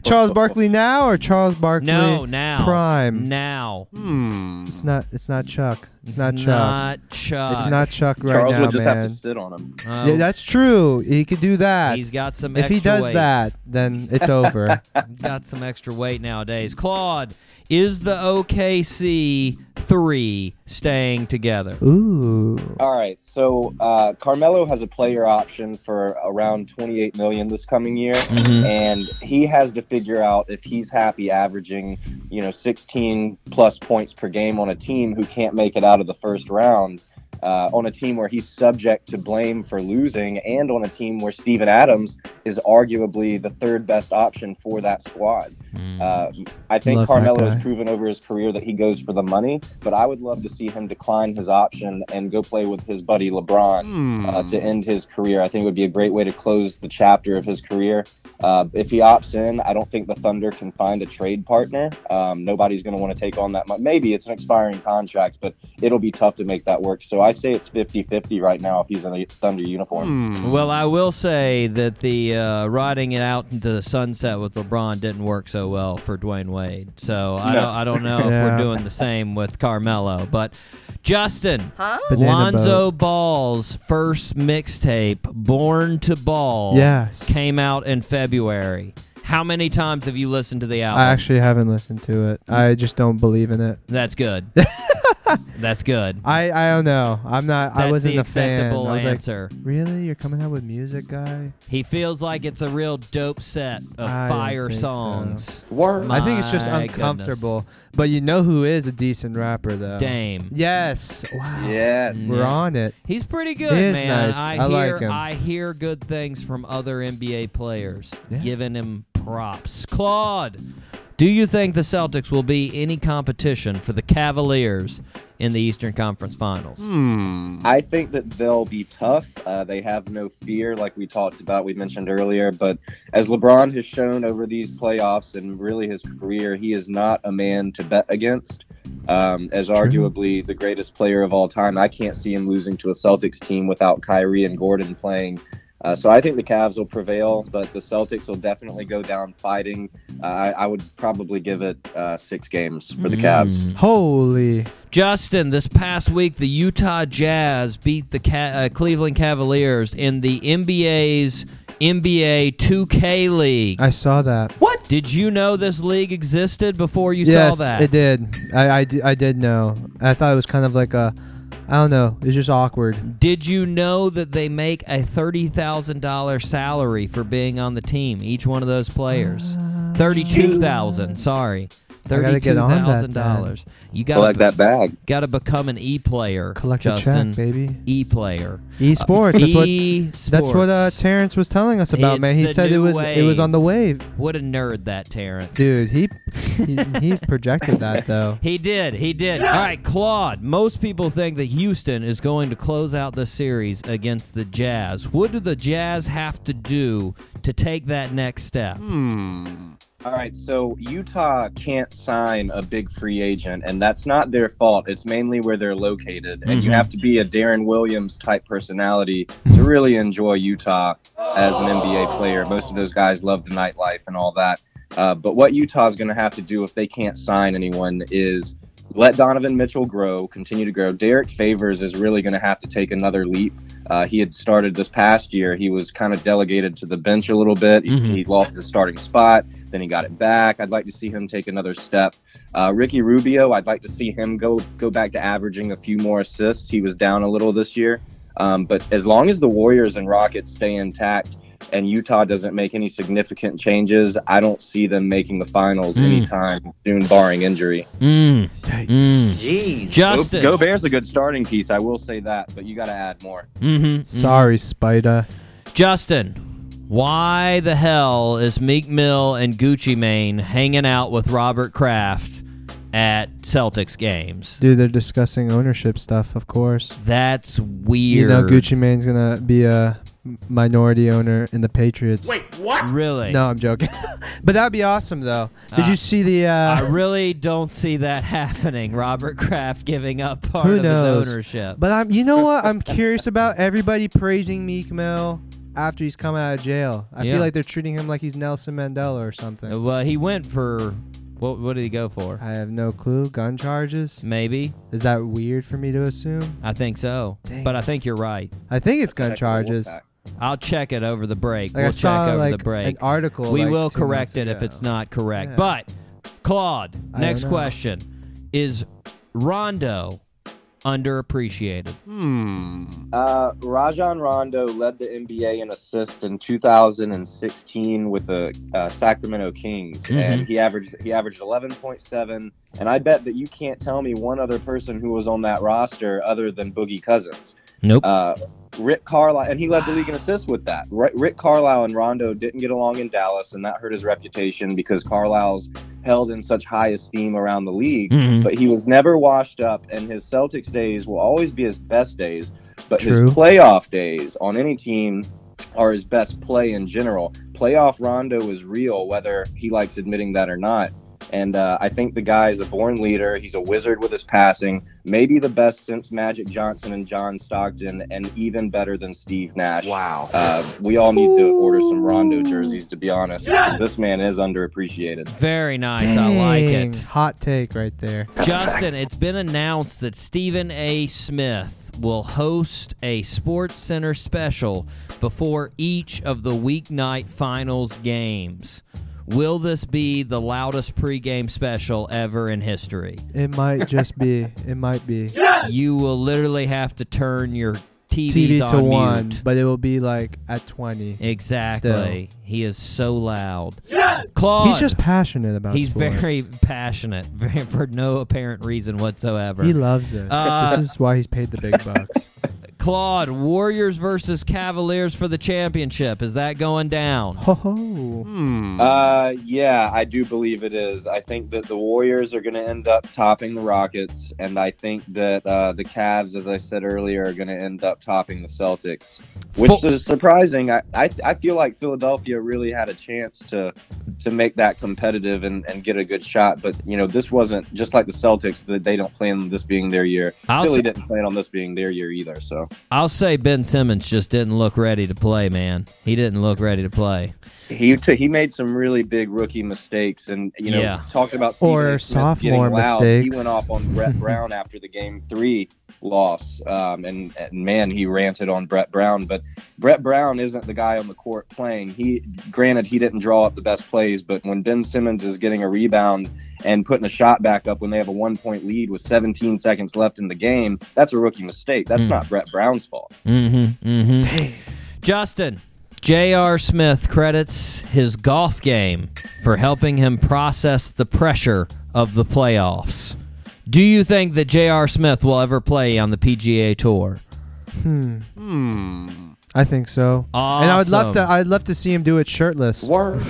S3: Charles Barkley now or Charles Barkley?
S2: No, now.
S3: Prime.
S2: Now.
S3: It's not. It's not Chuck. It's, not Chuck.
S2: Not Chuck.
S3: It's not Chuck right
S9: Charles
S3: now,
S9: would just
S3: man.
S9: have to sit on him.
S2: Oh,
S3: yeah, that's true. He could do that.
S2: He's got some
S3: if
S2: extra
S3: he does
S2: weight.
S3: that, then it's over.
S2: got some extra weight nowadays. Claude, is the OKC three staying together?
S3: Ooh.
S9: All right. So uh, Carmelo has a player option for around 28 million this coming year, and he has to figure out if he's happy averaging, you know, 16 plus points per game on a team who can't make it out of the first round. Uh, on a team where he's subject to blame for losing, and on a team where Steven Adams is arguably the third best option for that squad. Uh, I think
S3: Mm. Love that
S9: Carmelo has
S3: guy.
S9: proven over his career that he goes for the money, but I would love to see him decline his option and go play with his buddy LeBron uh,
S3: Hmm.
S9: to end his career. I think it would be a great way to close the chapter of his career. Uh, if he opts in, I don't think the Thunder can find a trade partner. Um, nobody's going to want to take on that much. Maybe it's an expiring contract, but it'll be tough to make that work. So I say it's 50 50 right now if he's in a Thunder uniform.
S2: Well, I will say that the uh, riding it out into the sunset with LeBron didn't work so well for Dwayne Wade. So I,
S9: No.
S2: don't, I don't know if we're
S3: Yeah.
S2: doing the same with Carmelo. But Justin,
S3: Banana boat.
S2: Lonzo Ball's first mixtape, Born to Ball,
S3: Yes.
S2: came out in February. How many times have you listened to the album?
S3: I actually haven't listened to it. I just don't believe in it.
S2: That's good. That's good.
S3: I, I don't know. I'm not.
S2: That's
S3: I wasn't
S2: the
S3: a fan.
S2: acceptable
S3: I was
S2: answer.
S3: like, really? You're coming out with music, guy?
S2: he feels like it's a real dope set of
S3: I don't
S2: fire
S3: think so.
S2: songs.
S5: Word.
S3: I think it's just
S2: My
S3: uncomfortable. But you know who is a decent rapper though?
S2: goodness. Dame.
S3: Yes. Wow.
S9: Yes.
S3: We're on it.
S2: He's pretty good,
S3: He is
S2: man.
S3: nice.
S2: I,
S3: I
S2: hear
S3: like him.
S2: I hear good things from other NBA players,
S3: Yeah.
S2: giving him props. Claude, do you think the Celtics will be any competition for the Cavaliers in the Eastern Conference Finals?
S9: I think that they'll be tough. Uh, they have no fear, like we talked about, we mentioned earlier. But as LeBron has shown over these playoffs and really his career, he is not a man to bet against. Um, as arguably the greatest player of all time, I can't see him losing to a Celtics team without Kyrie and Gordon playing. Uh, so I think the Cavs will prevail, but the Celtics will definitely go down fighting. Uh, I, I would probably give it uh, six games for the
S3: Mm.
S9: Cavs.
S3: Holy.
S2: Justin, this past week, the Utah Jazz beat the Ca- uh, Cleveland Cavaliers in the NBA's NBA 2K League.
S3: I saw that.
S2: What? Did you know this league existed before you
S3: yes,
S2: saw that?
S3: it did. I, I, d- I did know. I thought it was kind of like a, I don't know. It's just awkward.
S2: Did you know that they make a $30,000 salary for being on the team, each one of those players? 32,000, sorry.
S3: Uh, I gotta
S2: Thirty-two
S3: get on that
S2: thousand
S3: then.
S2: dollars. You got
S9: Collect that bag.
S2: Got to become an e player.
S3: Collect
S2: Justin.
S3: a check, baby.
S2: E player.
S3: Esports. That's what.
S2: E-sports.
S3: That's what uh, Terrence was telling us about,
S2: It's
S3: man. He
S2: the
S3: said it
S2: new
S3: was it was
S2: wave.
S3: on the wave,
S2: What a nerd that Terrence.
S3: dude. He he, he projected that though.
S2: He did. He did. All right, Claude. Most people think that Houston is going to close out the series against the Jazz. What do the Jazz have to do to take that next step?
S9: Hmm. All right, so Utah can't sign a big free agent, and that's not their fault. It's mainly where they're located, and you have to be a Darren Williams type personality to really enjoy Utah as an NBA player. Most of those guys love the nightlife and all that. Uh, but what Utah's going to have to do if they can't sign anyone is let Donovan Mitchell grow, continue to grow. Derek Favors is really going to have to take another leap. Uh, he had started this past year. He was kind of delegated to the bench a little bit. He-
S2: Mhm.
S9: He, lost his starting spot, then he got it back. I'd like to see him take another step. Uh, Ricky Rubio, I'd like to see him go go back to averaging a few more assists. He was down a little this year, um, but as long as the Warriors and Rockets stay intact. And Utah doesn't make any significant changes. I don't see them making the finals
S2: Mm.
S9: anytime soon, barring injury.
S2: Mm. Mm.
S9: Jeez.
S2: Justin.
S9: Go, Bears a good starting piece, I will say that, but you got to add more.
S2: hmm
S3: Sorry, Spider.
S2: Justin, why the hell is Meek Mill and Gucci Mane hanging out with Robert Kraft at Celtics games?
S3: Dude, they're discussing ownership stuff, of course.
S2: That's weird.
S3: You know, Gucci Mane's gonna be a minority owner in the Patriots.
S2: Really?
S3: No, I'm joking. but that'd be awesome, though. Did
S2: Uh,
S3: you see the?
S2: I
S3: Uh,
S2: really don't see that happening. Robert Kraft giving up part
S3: Who
S2: of
S3: knows?
S2: his ownership.
S3: but I'm. You know what? I'm curious about everybody praising Meek Mill after he's come out of jail. I
S2: Yeah.
S3: feel like they're treating him like he's Nelson Mandela or something.
S2: well, he went for what? What did he go for?
S3: I have no clue. Gun charges?
S2: Maybe.
S3: Is that weird for me to assume?
S2: I think so.
S3: Dang.
S2: But I think you're right.
S3: I think it's gun charges.
S9: Wolfpack.
S2: I'll check it over the break.
S3: Like I
S2: we'll check
S3: saw
S2: over
S3: like
S2: the break.
S3: an article.
S2: we
S3: like,
S2: will
S3: two months
S2: correct it if
S3: ago.
S2: it's not correct.
S3: Yeah.
S2: But Claude,
S3: I
S2: next
S3: don't know.
S2: question is Rondo underappreciated?
S9: Uh, Rajon Rondo led the NBA in assists in 2016 with the uh, Sacramento Kings, and he averaged he averaged 11.7. And I bet that you can't tell me one other person who was on that roster other than Boogie Cousins.
S2: Nope.
S9: Uh, Rick Carlisle, and he led the league in assists with that. Ri- Rick Carlisle and Rondo didn't get along in Dallas, and that hurt his reputation because Carlisle's held in such high esteem around the league.
S2: Mm-hmm.
S9: But he was never washed up, and his Celtics days will always be his best days. But
S3: True.
S9: his playoff days on any team are his best play in general. Playoff Rondo is real, whether he likes admitting that or not. And uh, I think the guy is a born leader. He's a wizard with his passing, maybe the best since Magic Johnson and John Stockton, and even better than Steve Nash. Wow. Uh, we all need to order some Rondo jerseys, to be honest. 'cause This man is underappreciated.
S2: Very nice. I like
S3: Dang,
S2: it.
S3: Hot take right there.
S2: Justin, it's been announced that Stephen A. Smith will host a Sports Center special before each of the weeknight finals games. Will this be the loudest pregame special ever in history?
S3: It might just be. It might be
S2: You will literally have to turn your TVs
S3: TV
S2: on
S3: to
S2: mute.
S3: one, but it will be like at twenty.
S2: Exactly. He is so loud. Claude.
S3: He's just passionate about.
S2: he's
S3: sports.
S2: very passionate very, for no apparent reason whatsoever.
S3: He loves it.
S2: Uh,
S3: this is why he's paid the big bucks.
S2: Claude, Warriors versus Cavaliers for the championship. Is that going down?
S3: Ho ho!
S2: Hmm.
S9: Uh, yeah, I do believe it is. I think that the Warriors are going to end up topping the Rockets, and I think that uh, the Cavs, as I said earlier, are going to end up topping the Celtics, which
S2: Fo-
S9: is surprising. I, I I feel like Philadelphia really had a chance to to make that competitive and, and get a good shot, but you know this wasn't just like the Celtics that they don't plan on this being their year.
S2: I'll
S9: Philly
S2: say-
S9: didn't plan on this being their year either. So
S2: I'll say Ben Simmons just didn't look ready to play, man. He didn't look ready to play.
S9: he t- he made some really big rookie mistakes, and you know
S2: Yeah.
S9: talked about Stephen
S3: Or
S9: A. Smith getting
S3: sophomore
S9: loud. He
S3: mistakes.
S9: went off on Brett Brown after the game three loss, um, and, and man, he ranted on Brett Brown. But Brett Brown isn't the guy on the court playing. He granted he didn't draw up the best plays, but when Ben Simmons is getting a rebound and putting a shot back up when they have a one point lead with 17 seconds left in the game, that's a rookie mistake. That's
S2: Mm.
S9: not Brett Brown's fault.
S2: Mm-hmm. Mm-hmm. Justin, J.R. Smith credits his golf game for helping him process the pressure of the playoffs. Do you think that J.R. Smith will ever play on the PGA Tour?
S3: I think so. And I would love to.
S2: Awesome.
S3: I'd love to see him do it shirtless
S7: Word.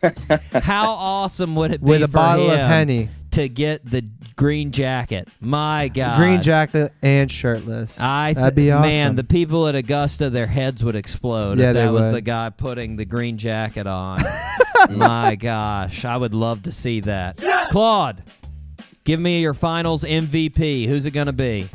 S2: How awesome would it be
S3: with a
S2: for
S3: bottle of
S2: him
S3: henny,
S2: to get the green jacket? My God,
S3: green jacket, and shirtless.
S2: I
S3: That'd be awesome.
S2: Man, the people at Augusta, their heads would explode
S3: Yeah,
S2: if
S3: they
S2: that was
S3: would.
S2: the guy putting the green jacket on. My gosh, I would love to see that. Claude, give me your finals MVP. Who's it going to be?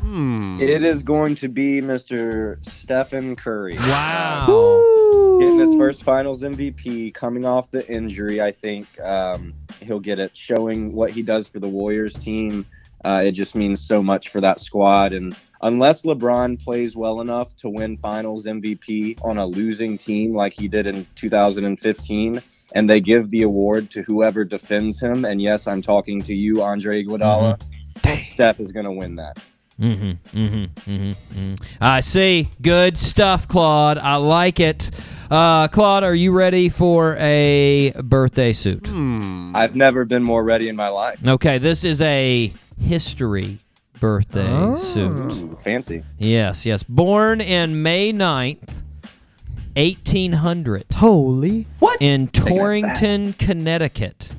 S9: It is going to be Mr. Stephen Curry.
S2: Wow.
S9: Getting his first finals MVP, coming off the injury. I think um, he'll get it, showing what he does for the Warriors team. Uh, it just means so much for that squad. And unless LeBron plays well enough to win finals MVP on a losing team like he did in 2015, and they give the award to whoever defends him, and yes, I'm talking to you, Andre Iguodala, Steph is going to win that.
S2: Mm-hmm, mm-hmm, mm-hmm, I see. Good stuff, Claude. I like it. Uh, Claude, are you ready for a birthday suit?
S3: Hmm.
S9: I've never been more ready in my life.
S2: Okay, this is a history birthday
S3: Oh.
S2: suit.
S9: Ooh, fancy.
S2: Yes, yes. Born in May 9th, 1800,
S3: Holy!
S2: in Torrington, Connecticut.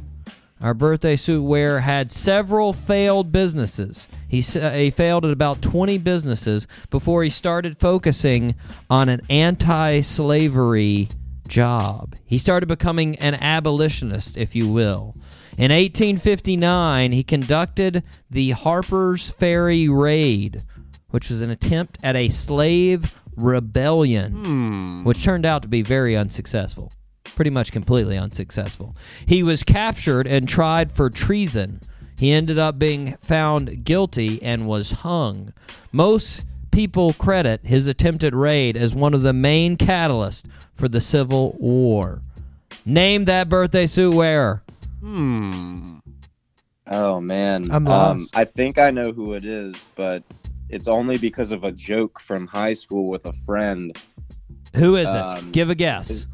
S2: Our birthday suit wearer had several failed businesses. He, s- uh, he failed at about 20 businesses before he started focusing on an anti slavery job. He started becoming an abolitionist, if you will. In 1859, he conducted the Harper's Ferry Raid, which was an attempt at a slave rebellion, which turned out to be very unsuccessful pretty much completely unsuccessful. He was captured and tried for treason. He ended up being found guilty and was hung. Most people credit his attempted raid as one of the main catalysts for the Civil War. Name that birthday suit wearer.
S9: Oh man,
S3: I'm
S9: Um,
S3: lost.
S9: I think I know who it is, but it's only because of a joke from high school with a friend.
S2: Who is it?
S9: Um,
S2: Give a guess.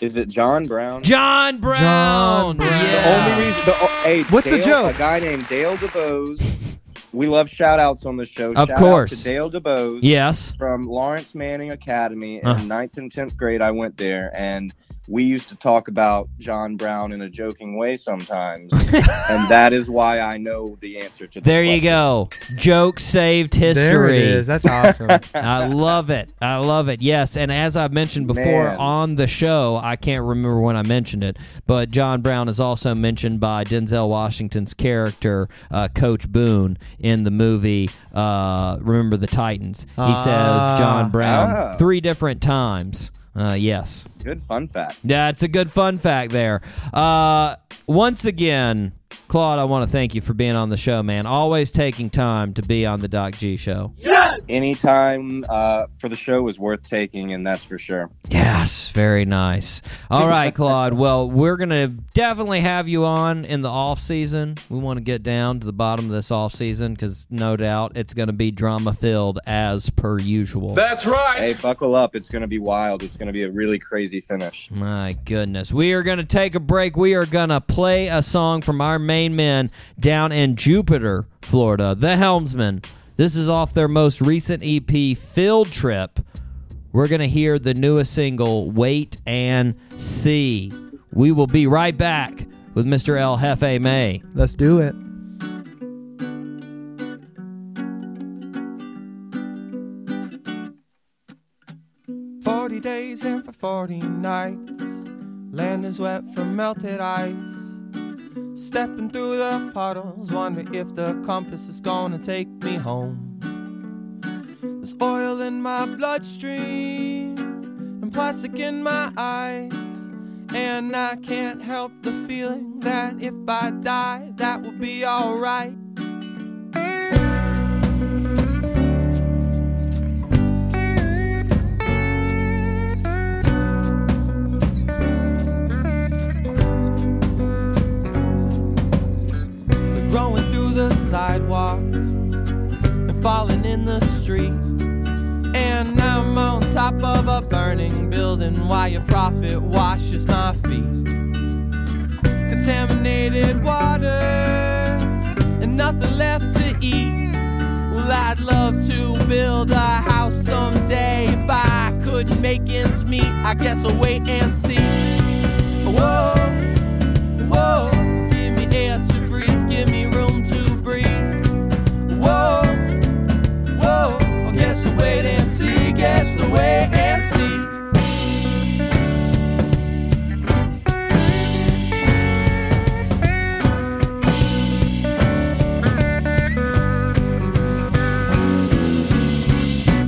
S9: Is it John Brown?
S2: John Brown.
S3: John Brown.
S9: The
S2: Yes.
S9: only reason, the, oh, hey,
S3: What's the
S9: Dale-
S3: joke?
S9: A guy named Dale DeBose. We love shout outs on the show.
S2: Of
S9: Shout out
S2: course.
S9: to Dale DeBose
S2: yes.
S9: from Lawrence Manning Academy in
S2: Uh.
S9: ninth and tenth grade. I went there, and we used to talk about John Brown in a joking way sometimes, and that is why I know the answer to. the
S2: There you
S9: question.
S2: go. Joke saved history.
S3: There it is. That's awesome.
S2: I love it. I love it. Yes, and as I've mentioned before
S9: Man.
S2: on the show, I can't remember when I mentioned it, but John Brown is also mentioned by Denzel Washington's character, uh, Coach Boone, in the movie uh, Remember the Titans. He
S3: Ah.
S2: says John Brown
S9: Oh.
S2: three different times. Uh, yes.
S9: Good fun fact.
S2: That's a good fun fact there. Uh, once again, Claude, I want to thank you for being on the show, man. Always taking time to be on the Doc G show.
S9: any time uh, for the show is worth taking, and that's for sure.
S2: Yes, very nice. All right, Claude. Well, we're gonna definitely have you on in the off season. We want to get down to the bottom of this off season because no doubt it's gonna be drama filled as per usual.
S9: Hey, buckle up! It's going to be wild. It's going to be a really crazy finish.
S2: My goodness. We are gonna take a break. We are gonna play a song from our main men down in Jupiter, Florida, the Helmsman. This is off their most recent EP, Field Trip. We're going to hear the newest single, Wait and See. We will be right back with Mr. El Jefe May.
S3: Let's do it.
S8: Forty days and for forty nights, land is wet from melted ice. Stepping through the puddles, wonder if the compass is gonna take me home. There's oil in my bloodstream and plastic in my eyes, and I can't help the feeling that if I die, that will be alright. We're growing through the sidewalk and falling in the street. And I'm on top of a burning building while your prophet washes my feet. Contaminated water nothing left to eat. Well, I'd love to build a house someday if I could make ends meet. I guess I'll wait and see. Whoa, whoa, give me air to breathe, give me room to breathe. Whoa, whoa, I guess I'll wait and see, guess I'll wait and see.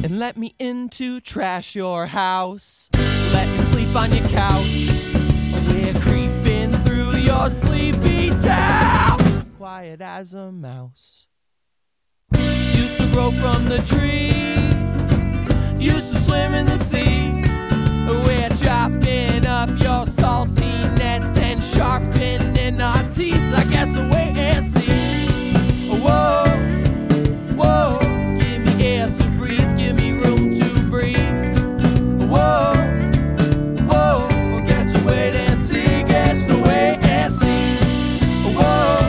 S8: and let me in to trash your house. Let me sleep on your couch. We're creeping through your sleepy town, quiet as a mouse. Used to grow from the trees, used to swim in the sea. We're chopping up your salty nets and sharpening our teeth. I guess we'll wait and see. Whoa. Whoa, give me air to breathe, give me room to breathe. Whoa, whoa, well, guess we wait and see, guess we wait and see. Whoa,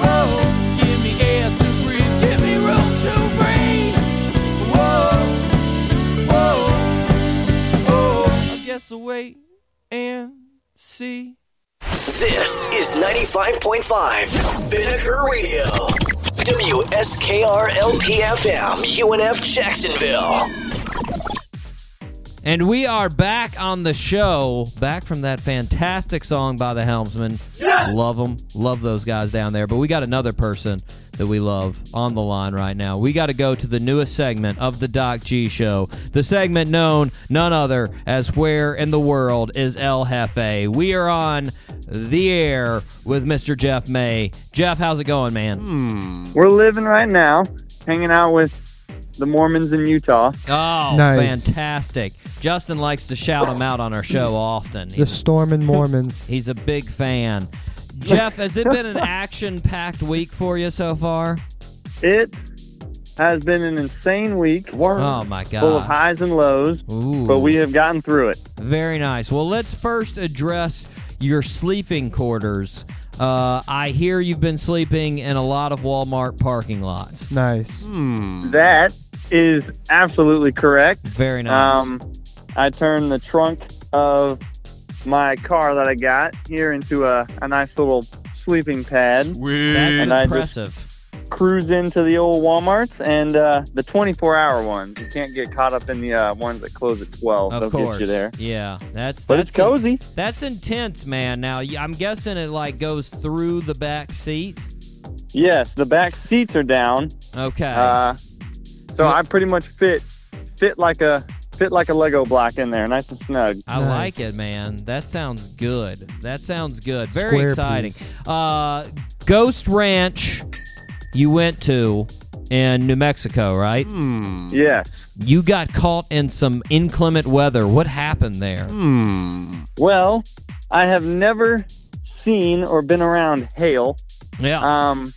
S8: whoa, give me air to breathe, give me room to breathe. Whoa, whoa, oh, I guess we wait and see.
S11: This is 95.5 Spinnaker Radio. WSKRLPFM, UNF Jacksonville.
S2: And we are back on the show, back from that fantastic song by the Helmsman. Love them. Love those guys down there. But we got another person that we love on the line right now. We got to go to the newest segment of the Doc G Show, the segment known none other as Where in the World is El Jefe? We are on the air with Mr. Jeff May. Jeff, how's it going, man?
S3: Hmm.
S10: We're living right now, hanging out with the Mormons in Utah.
S2: Oh,
S3: Nice.
S2: fantastic. Justin likes to shout him out on our show often.
S3: The
S2: He's,
S3: Storm and Mormons.
S2: he's a big fan. Jeff, has it been an action packed week for you so far?
S10: It has been an insane week,
S2: Oh, my
S10: full of
S2: God.
S10: highs and lows,
S2: Ooh,
S10: but we have gotten through it.
S2: very nice. Well, let's first address your sleeping quarters. Uh, I hear you've been sleeping in a lot of Walmart parking lots.
S3: Nice.
S2: Hmm,
S10: That is absolutely correct.
S2: Very nice.
S10: Um, I turned the trunk of my car that I got here into a, a nice little sleeping pad.
S2: That's
S10: and I just-
S2: impressive.
S10: Cruise into the old WalMarts and uh, the 24-hour ones. You can't get caught up in the uh, ones that close at 12.
S2: of
S10: They'll
S2: course.
S10: get you there.
S2: Yeah, that's
S10: But
S2: that's
S10: it's cozy.
S2: That's intense, man. Now y- I'm guessing it like goes through the back seat.
S10: Yes, the back seats are down.
S2: Okay.
S10: Uh, so I pretty much fit fit like a fit like a Lego block in there, nice and snug.
S2: I
S3: nice.
S2: like it, man. That sounds good. That sounds good. Very
S3: Square,
S2: exciting.
S3: please.
S2: Uh, Ghost Ranch, you went to in New Mexico, right?
S10: Yes.
S2: You got caught in some inclement weather. What happened there?
S10: Well, I have never seen or been around hail.
S2: Yeah.
S10: Um,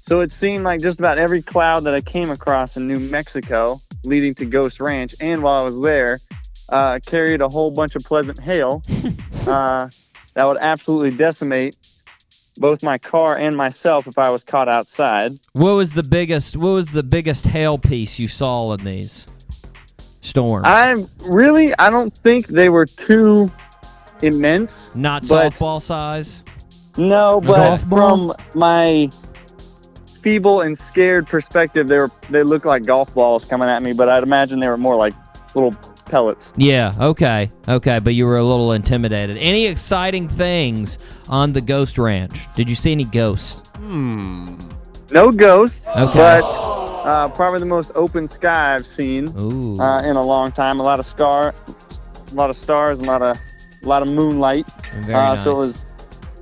S10: so it seemed like just about every cloud that I came across in New Mexico, leading to Ghost Ranch, and while I was there, uh, carried a whole bunch of pleasant hail uh, that would absolutely decimate both my car and myself if I was caught outside.
S2: what was the biggest? What was the biggest hail piece you saw in these storms?
S10: I really, I don't think they were too immense.
S2: Not
S10: but-
S2: softball size.
S10: No, but
S3: golf
S10: from my feeble and scared perspective, they were they looked like golf balls coming at me. But I'd imagine they were more like little pellets.
S2: Yeah, okay. Okay, but you were a little intimidated. Any exciting things on the ghost ranch? Did you see any ghosts?
S10: Hmm. No ghosts,
S2: Okay.
S10: but uh, probably the most open sky I've seen
S2: Ooh.
S10: uh, in a long time. A lot of star, a lot of stars, a lot of a lot of moonlight.
S2: very
S10: uh,
S2: nice.
S10: So it was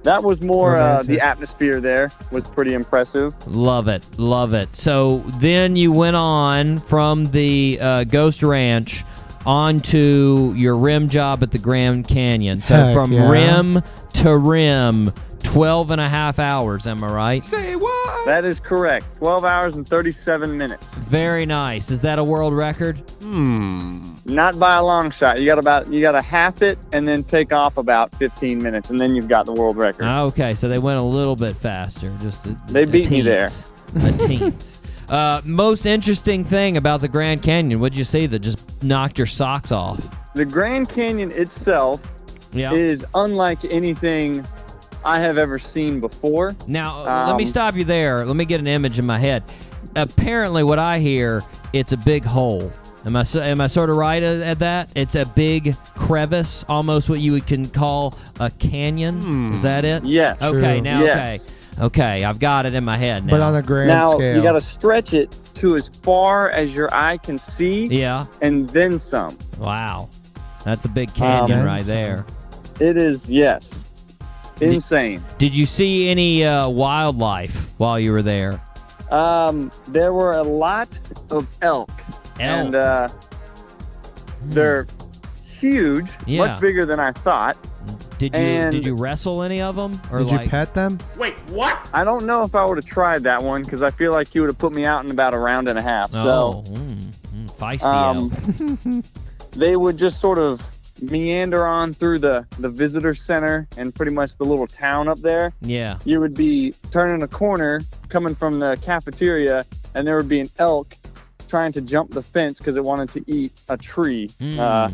S10: that was more uh,
S3: Romantic.
S10: the atmosphere. There was pretty impressive.
S2: love it. Love it. So then you went on from the uh, ghost ranch onto your rim job at the Grand Canyon. So
S3: Heck
S2: from
S3: yeah.
S2: rim to rim 12 and a half hours, am I right?
S10: Say what? That is correct. 12 hours and 37 minutes.
S2: Very nice. Is that a world record?
S10: Hmm. Not by a long shot. You got about you got to half it and then take off about 15 minutes and then you've got the world record.
S2: Okay, so they went a little bit faster. Just a,
S10: They
S2: a
S10: beat me there.
S2: teens. A teens. Uh, most interesting thing about the Grand Canyon, what'd you see that just knocked your socks off?
S10: The Grand Canyon itself
S2: Yeah.
S10: is unlike anything I have ever seen before.
S2: Now, Let me
S10: um,
S2: stop you there. Let me get an image in my head. Apparently, what I hear, it's a big hole. Am I so- am I sort of right at, at that? It's a big crevice, almost what you would can call a canyon. Is that it?
S10: Yes.
S2: Okay.
S10: True.
S2: Now,
S10: Hmm. Yes.
S2: okay, okay. I've got it in my head now.
S3: But on a grand
S10: now
S3: scale.
S10: you got to stretch it to as far as your eye can see.
S2: Yeah.
S10: And then some.
S2: Wow, that's a big canyon
S10: Um,
S2: right there.
S10: It is yes, insane.
S2: Did you see any uh, wildlife while you were there?
S10: Um, there were a lot of elk, and uh, they're huge,
S2: Yeah.
S10: much bigger than I thought.
S2: Did you
S10: And-
S2: did you wrestle any of them? Or
S3: Did
S2: like,
S3: you pet them?
S10: Wait, what? I don't know if I would have tried that one because I feel like you would have put me out in about a round and a half.
S2: Oh, mm, mm, feisty
S10: So um,
S2: elk.
S10: they would just sort of meander on through the the visitor center and pretty much the little town up there.
S2: Yeah.
S10: you would be turning a corner coming from the cafeteria and there would be an elk trying to jump the fence because it wanted to eat a tree uh,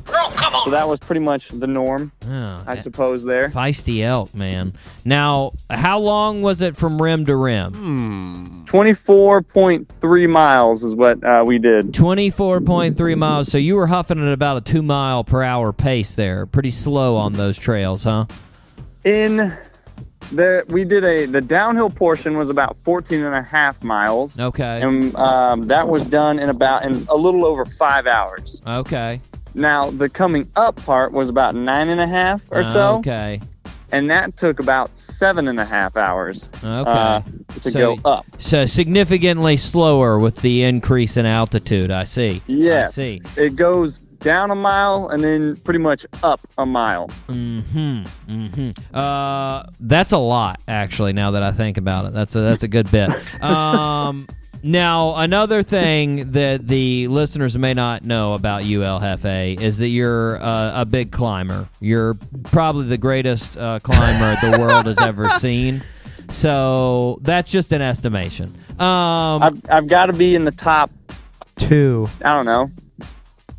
S10: so that was pretty much the norm
S2: Oh,
S10: i suppose there
S2: Feisty elk, man. Now, how long was it from rim to rim?
S10: Hmm. 24.3 miles is what uh, we did
S2: 24.3 miles. So you were huffing at about a two mile per hour pace there. Pretty slow on those trails, huh?
S10: in there we did a the downhill portion was about 14 and a half miles
S2: Okay.
S10: and um, that was done in about in a little over five hours
S2: Okay.
S10: Now the coming up part was about nine and a half or so,
S2: Ah, Okay.
S10: and that took about seven and a half hours
S2: Okay.
S10: uh, to
S2: So-
S10: go up.
S2: So significantly slower with the increase in altitude. I see. I
S10: Yes,
S2: see.
S10: it goes down a mile and then pretty much up a mile.
S2: Mm-hmm. Mm-hmm. Uh, that's a lot, actually. Now that I think about it, that's a that's a good bit. Um, now another thing that the listeners may not know about you, El Jefe, is that you're uh, a big climber. You're probably the greatest uh, climber the world has ever seen. So that's just an estimation. Um,
S10: I've, I've got to be in the top.
S3: Two.
S10: I don't know,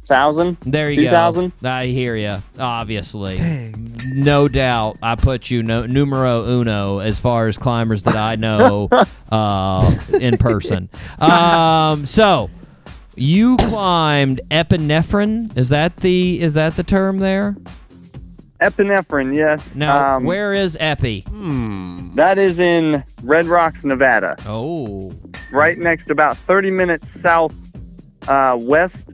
S10: thousand.
S2: There you
S10: 2000?
S2: go. I hear you. Obviously, no doubt. I put you no, numero uno as far as climbers that I know uh, in person. Um, so you climbed epinephrine. Is that the is that the term there?
S10: Epinephrine, yes.
S2: Now,
S10: Um,
S2: where is epi?
S10: That is in Red Rocks, Nevada,
S2: Oh,
S10: right next to about 30 minutes south uh, west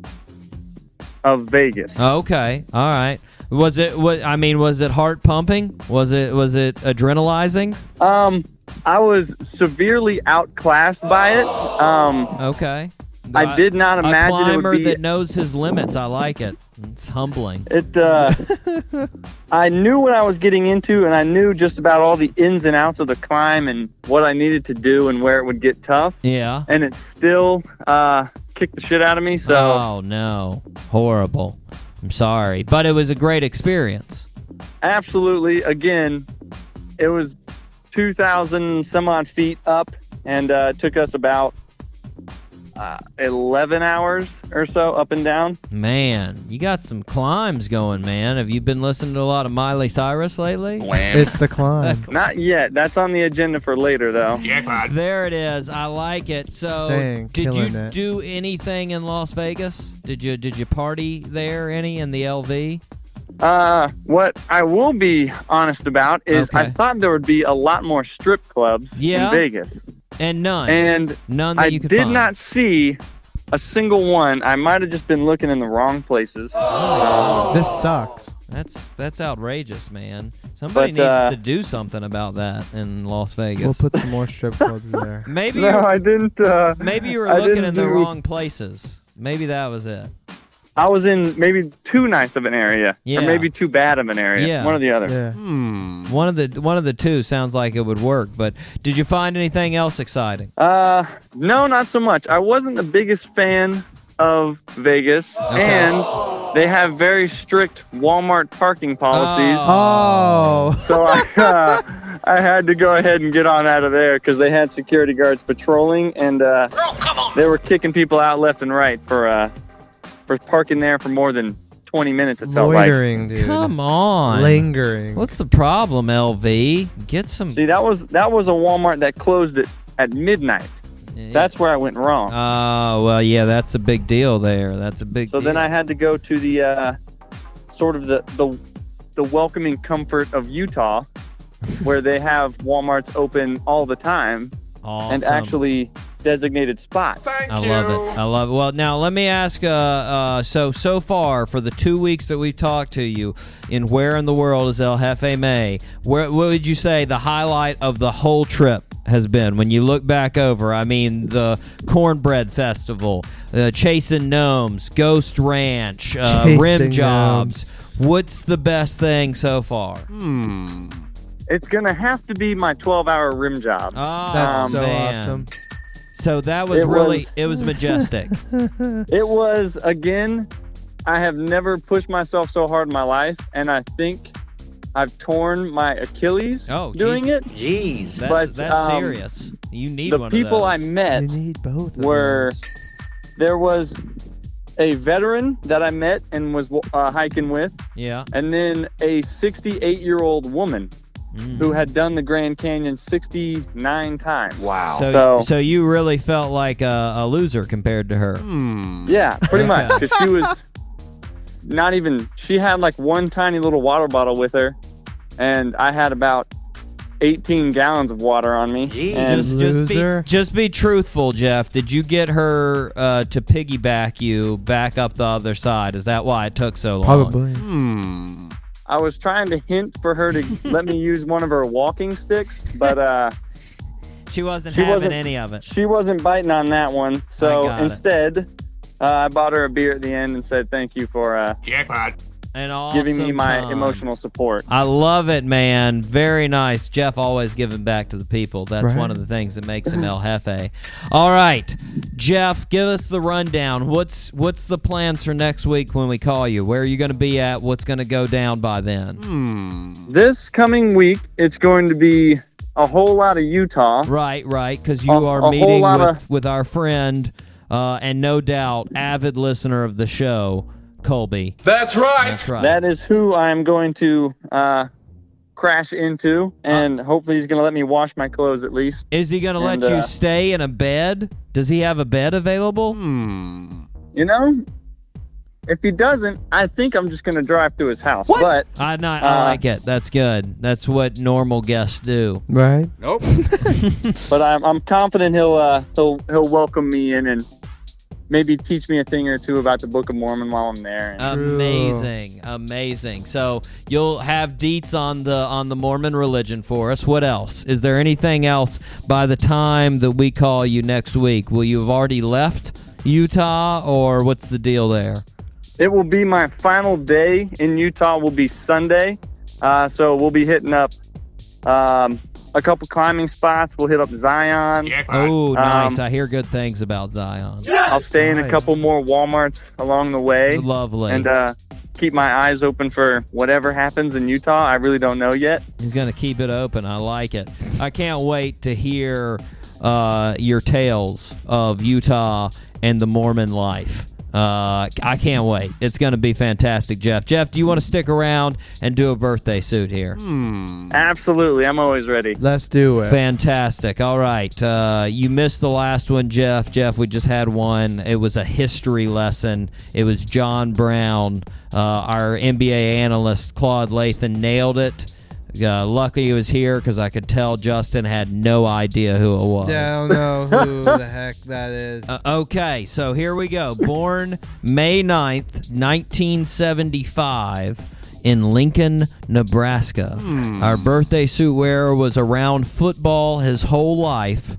S10: of Vegas.
S2: Oh. okay, all right. Was it? What I mean, was it heart pumping? Was it? Was it adrenalizing?
S10: Um, I was severely outclassed by it. Um,
S2: Okay. Uh,
S10: I did not imagine
S2: a
S10: it would
S2: climber
S10: be-
S2: that knows his limits. I like it. It's humbling.
S10: it. Uh, I knew what I was getting into, and I knew just about all the ins and outs of the climb and what I needed to do and where it would get tough.
S2: Yeah.
S10: And it still uh, kicked the shit out of me. So
S2: Oh no, horrible. I'm sorry, but it was a great experience.
S10: absolutely, again, it was 2,000 some odd feet up, and uh, it took us about. Uh, 11 hours or so up and down.
S2: Man, you got some climbs going, man. Have you been listening to a lot of Miley Cyrus lately?
S3: It's the climb.
S10: Not yet. That's on the agenda for later, though.
S2: There it is. I like it. So,
S3: Dang,
S2: did you
S3: killing it.
S2: do anything in Las Vegas? Did you did you party there any in the LV?
S10: Uh, what I will be honest about is I
S2: Okay.
S10: thought there would be a lot more strip clubs
S2: Yeah.
S10: in Vegas,
S2: And none.
S10: and
S2: none that
S10: I
S2: you could
S10: did
S2: find.
S10: not see a single one. I might have just been looking in the wrong places.
S3: This sucks.
S2: That's that's outrageous, man. Somebody
S10: But,
S2: needs
S10: uh,
S2: to do something about that in Las Vegas.
S3: We'll put some more strip clubs in there.
S2: maybe
S10: No, I didn't. Uh,
S2: maybe you were
S10: I
S2: looking
S10: didn't
S2: in the
S10: do-
S2: wrong places. Maybe that was it.
S10: I was in maybe too nice of an area,
S2: Yeah.
S10: or maybe too bad of an area.
S2: Yeah.
S10: One or the other.
S2: Hmm. One of the one of the two sounds like it would work. But did you find anything else exciting?
S10: Uh, no, not so much. I wasn't the biggest fan of Vegas, and they have very strict Walmart parking policies.
S3: Oh.
S10: So I, uh, I had to go ahead and get on out of there because they had security guards patrolling, and uh, they were kicking people out left and right for uh, for parking there for more than 20 minutes. It felt
S3: Loitering,
S10: like.
S3: dude.
S2: Come on.
S3: Lingering.
S2: What's the problem, LV? Get some.
S10: See, that was that was a Walmart that closed it at midnight. That's where I went wrong.
S2: Oh well, yeah, that's a big deal there. That's a big.
S10: So then I had to go to the uh, sort of the, the the welcoming comfort of Utah, where they have WalMarts open all the time
S2: Awesome.
S10: and actually designated spots.
S2: I love it. I love it. Well, now let me ask. Uh, uh, so so far for the two weeks that we've talked to you, in where in the world is El Jefe May? Where what would you say the highlight of the whole trip has been? When you look back over, I mean the Cornbread Festival, uh, Chasing Gnomes, Ghost Ranch, uh, Rim
S10: Chasing
S2: Jobs. What's the best thing so far? Hmm.
S10: It's gonna have to be my 12-hour rim job.
S2: Oh, man. So that was
S10: It
S2: really
S10: was-
S2: it was majestic.
S10: It was again. I have never pushed myself so hard in my life, and I think I've torn my Achilles
S2: Oh,
S10: doing
S2: jeez.
S10: it. Jeez,
S2: That's, that's serious. You need
S10: um, the
S2: one
S10: people I
S2: of those.
S10: met were there was a veteran that I met and was uh, hiking with,
S2: Yeah.
S10: and then a 68 year old woman
S2: Hmm. Mm.
S10: who had done the Grand Canyon 69 times. Wow!
S2: So,
S10: So,
S2: so, you really felt like a, a loser compared to her.
S10: yeah, pretty much because she was not even. She had like one tiny little water bottle with her, and I had about 18 gallons of water on me. And
S2: Just, just be, just be truthful, Jeff. Did you get her uh, to piggyback you back up the other side? Is that why it took so long?
S3: Probably.
S2: Hmm.
S10: I was trying to hint for her to let me use one of her walking sticks, but uh,
S2: She wasn't
S10: She
S2: having
S10: wasn't-
S2: any of it.
S10: she wasn't biting on that one. So
S2: got it.
S10: instead, uh, I bought her a beer at the end and said thank you for uh,
S2: An
S10: giving me
S2: awesome
S10: my
S2: time.
S10: emotional support.
S2: I love it, man. Very nice. Jeff always giving back to the people. That's
S10: Right. Mm-hmm.
S2: one of the things that makes him El Jefe. All right, Jeff, give us the rundown. What's what's the plans for next week when we call you? Where are you going to be at? What's going to go down by then?
S10: Hmm. This coming week, it's going to be a whole lot of Utah.
S2: Right, right. Because you
S10: A-
S2: are
S10: a whole
S2: meeting
S10: lot
S2: with,
S10: of-
S2: with our friend uh, and no doubt avid listener of the show, Colby.
S10: That's right.
S2: That's right.
S10: That is who I'm going to uh, crash into,
S2: Uh.
S10: and hopefully he's going to let me wash my clothes at least.
S2: Is he going to let
S10: And,
S2: you
S10: uh,
S2: stay in a bed? Does he have a bed available?
S10: You know, if he doesn't, I think I'm just going to drive to his house. But
S2: I not. I
S10: Uh,
S2: like it. That's good. That's what normal guests do.
S3: Right.
S10: Nope. but I'm, I'm confident he'll uh, he'll he'll welcome me in and maybe teach me a thing or two about the Book of Mormon while I'm there.
S2: Uh, Amazing, amazing. So you'll have deets on the on the Mormon religion for us. What else? Is there anything else by the time that we call you next week? Will you have already left Utah, or what's the deal there?
S10: It will be my final day in Utah. Will be Sunday, uh, so we'll be hitting up um, a couple climbing spots. We'll hit up Zion.
S2: Oh, nice.
S10: Um,
S2: I hear good things about Zion.
S10: I'll stay in a
S2: Nice.
S10: couple more WalMarts along the way.
S2: Lovely.
S10: And uh, keep my eyes open for whatever happens in Utah. I really don't know yet.
S2: He's going to keep it open. I like it. I can't wait to hear uh, your tales of Utah and the Mormon life. Uh, I can't wait. It's going to be fantastic, Jeff. Jeff, do you want to stick around and do a birthday suit here?
S10: Absolutely. I'm always ready.
S3: Let's do it.
S2: Fantastic. All right. Uh, you missed the last one, Jeff. Jeff, we just had one. It was a history lesson. It was John Brown, uh, our NBA analyst, Claude Lathan, nailed it. Uh, luckily, he was here because I could tell Justin had no idea who it was.
S3: Yeah, I don't know who the heck that is.
S2: Uh, okay, so here we go. Born May 9th, 1975, in Lincoln, Nebraska. Our birthday suit wearer was around football his whole life.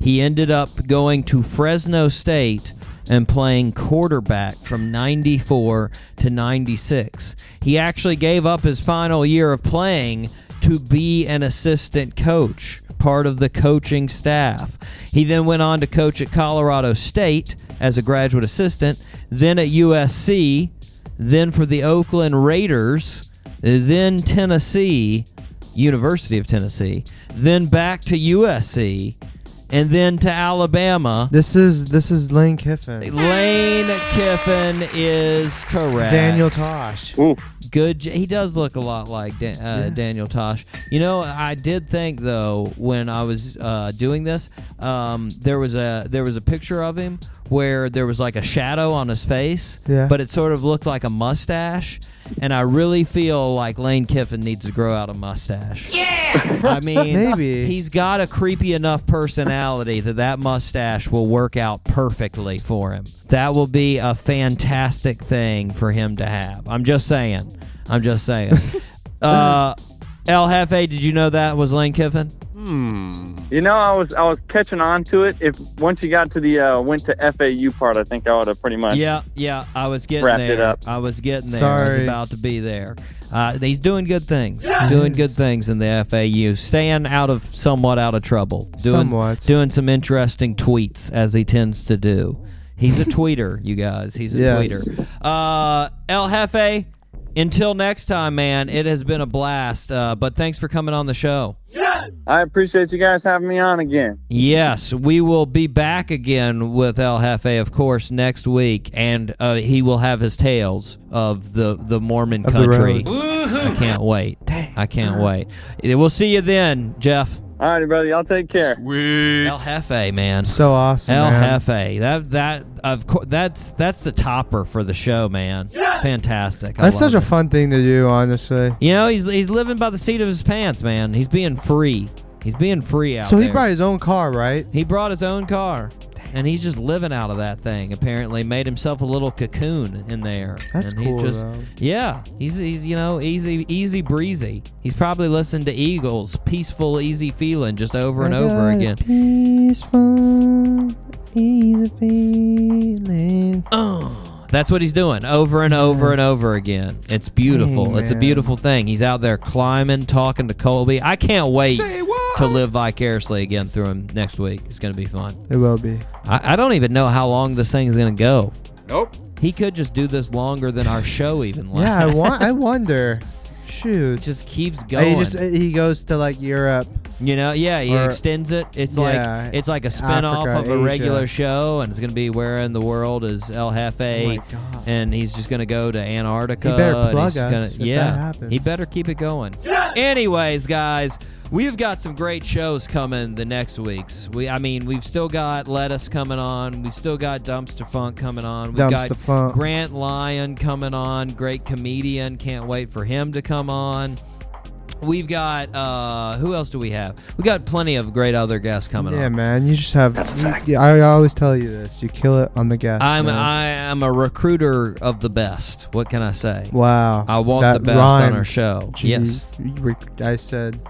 S2: He ended up going to Fresno State and playing quarterback from 94 to 96. He actually gave up his final year of playing to be an assistant coach, part of the coaching staff. He then went on to coach at Colorado State as a graduate assistant, then at USC, then for the Oakland Raiders, then Tennessee, University of Tennessee, then back to USC, and then to Alabama.
S3: This is this is Lane Kiffin.
S2: Lane Kiffin is correct.
S3: Daniel Tosh.
S2: Good. j- He does look a lot like Dan, uh, Daniel Tosh. You know, I did think though when I was uh, doing this, um, there was a there was a picture of him where there was like a shadow on his face,
S3: Yeah.
S2: but it sort of looked like a mustache. And I really feel like Lane Kiffin needs to grow out a mustache. Yeah. I mean,
S3: Maybe.
S2: he's got a creepy enough personality that that mustache will work out perfectly for him. That will be a fantastic thing for him to have. I'm just saying. I'm just saying. uh, El Jefe, did you know that was Lane Kiffin?
S10: You know, I was I was catching on to it. If once you got to the uh, went to FAU part, I think I would have pretty much.
S2: Yeah, yeah. I was getting
S10: Wrapped
S2: there.
S10: it up.
S2: I was getting there. I was
S3: Sorry.
S2: about to be there. Uh, he's doing good things. Doing good things in the FAU. Staying out of somewhat out of trouble. Doing,
S3: Somewhat.
S2: Doing some interesting tweets as he tends to do. He's a tweeter, you guys. He's a
S3: Yes.
S2: tweeter. Uh, El Jefe. Until next time, man. It has been a blast. Uh, but thanks for coming on the show.
S10: I appreciate you guys having me on again.
S2: Yes, we will be back again with El Jefe, of course, next week, and uh, he will have his tales of the the Mormon
S3: Of the
S2: country.
S3: road.
S2: I can't wait. I can't wait. We'll see you then, Jeff.
S10: All righty, brother. Y'all take care.
S2: El Jefe, man.
S3: So awesome.
S2: El
S3: man.
S2: Jefe. That that of course that's that's the topper for the show, man. Fantastic. I
S3: That's such
S2: love
S3: a
S2: it.
S3: fun thing to do, honestly.
S2: You know, he's he's living by the seat of his pants, man. He's being free. He's being free out
S3: So he
S2: there.
S3: brought his own car, right?
S2: He brought his own car, and he's just living out of that thing. Apparently, made himself a little cocoon in there.
S3: That's
S2: and he's
S3: cool,
S2: Just,
S3: though.
S2: yeah, he's he's you know easy easy breezy. He's probably listened to Eagles, peaceful easy feeling, just over and
S3: I
S2: over
S3: got a
S2: again.
S3: Peaceful, easy feeling.
S2: Uh. That's what he's doing over and over and over again. It's beautiful.
S3: Dang,
S2: it's a
S3: man.
S2: beautiful thing. He's out there climbing, talking to Colby. I can't wait to live vicariously again through him next week. It's going to be fun.
S3: It will be.
S2: I, I don't even know how long this thing's gonna go.
S5: Nope.
S2: He could just do this longer than our show even lasts.
S3: Yeah, I want. I wonder. Shoot.
S2: it just keeps
S3: And
S2: going.
S3: He just he goes to like Europe.
S2: you know, yeah, he
S3: or-
S2: extends it. It's
S3: Yeah,
S2: like it's like a spin-off
S3: Africa,
S2: of a regular
S3: Asia.
S2: show, and it's gonna be where in the world is El Jefe,
S3: Oh my God.
S2: and he's just gonna go to Antarctica.
S3: He better
S2: and he's
S3: plug
S2: just
S3: us if that
S2: yeah,
S3: happens.
S2: he better keep it going. Anyways, guys. We've got some great shows coming the next weeks. We, I mean, we've still got Lettuce coming on. We've still got Dumpster Funk coming on. We've got
S3: Dumpster Funk.
S2: Grant Lyon coming on, great comedian. Can't wait for him to come on. We've got uh, who else do we have? We got plenty of great other guests coming
S3: Yeah,
S2: on.
S3: man. You just have. That's You, I always tell you this. You kill it on the gas.
S2: I'm
S3: man.
S2: I am a recruiter of the best. What can I say?
S3: Wow.
S2: I want
S3: that
S2: the best
S3: rhymed.
S2: on our show.
S3: Gee,
S2: Yes,
S3: you rec- I said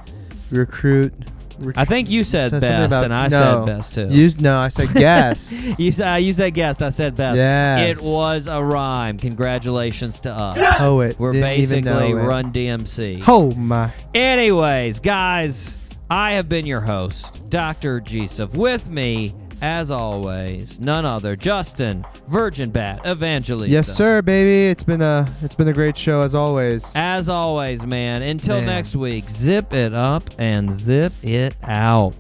S3: recruit. rec-
S2: I think you said
S3: something
S2: best,
S3: about-
S2: and I
S3: no.
S2: said best too.
S3: You no, I said gas.
S2: you said uh, you said guest. I said best.
S3: Yes.
S2: it was a rhyme. Congratulations to us.
S3: Poet.
S2: We're
S3: Didn't
S2: basically
S3: even know it.
S2: Run DMC.
S3: Oh my.
S2: Anyways, guys, I have been your host, Dr. Jesuf. With me, as always, none other, Justin, Virgin Bat, Evangelista.
S3: Yes, sir, baby. It's been a it's been a great show as always.
S2: As always, man, until
S3: Man.
S2: next week, zip it up and zip it out.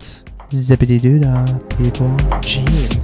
S3: Zippity doo dah, people. Gene.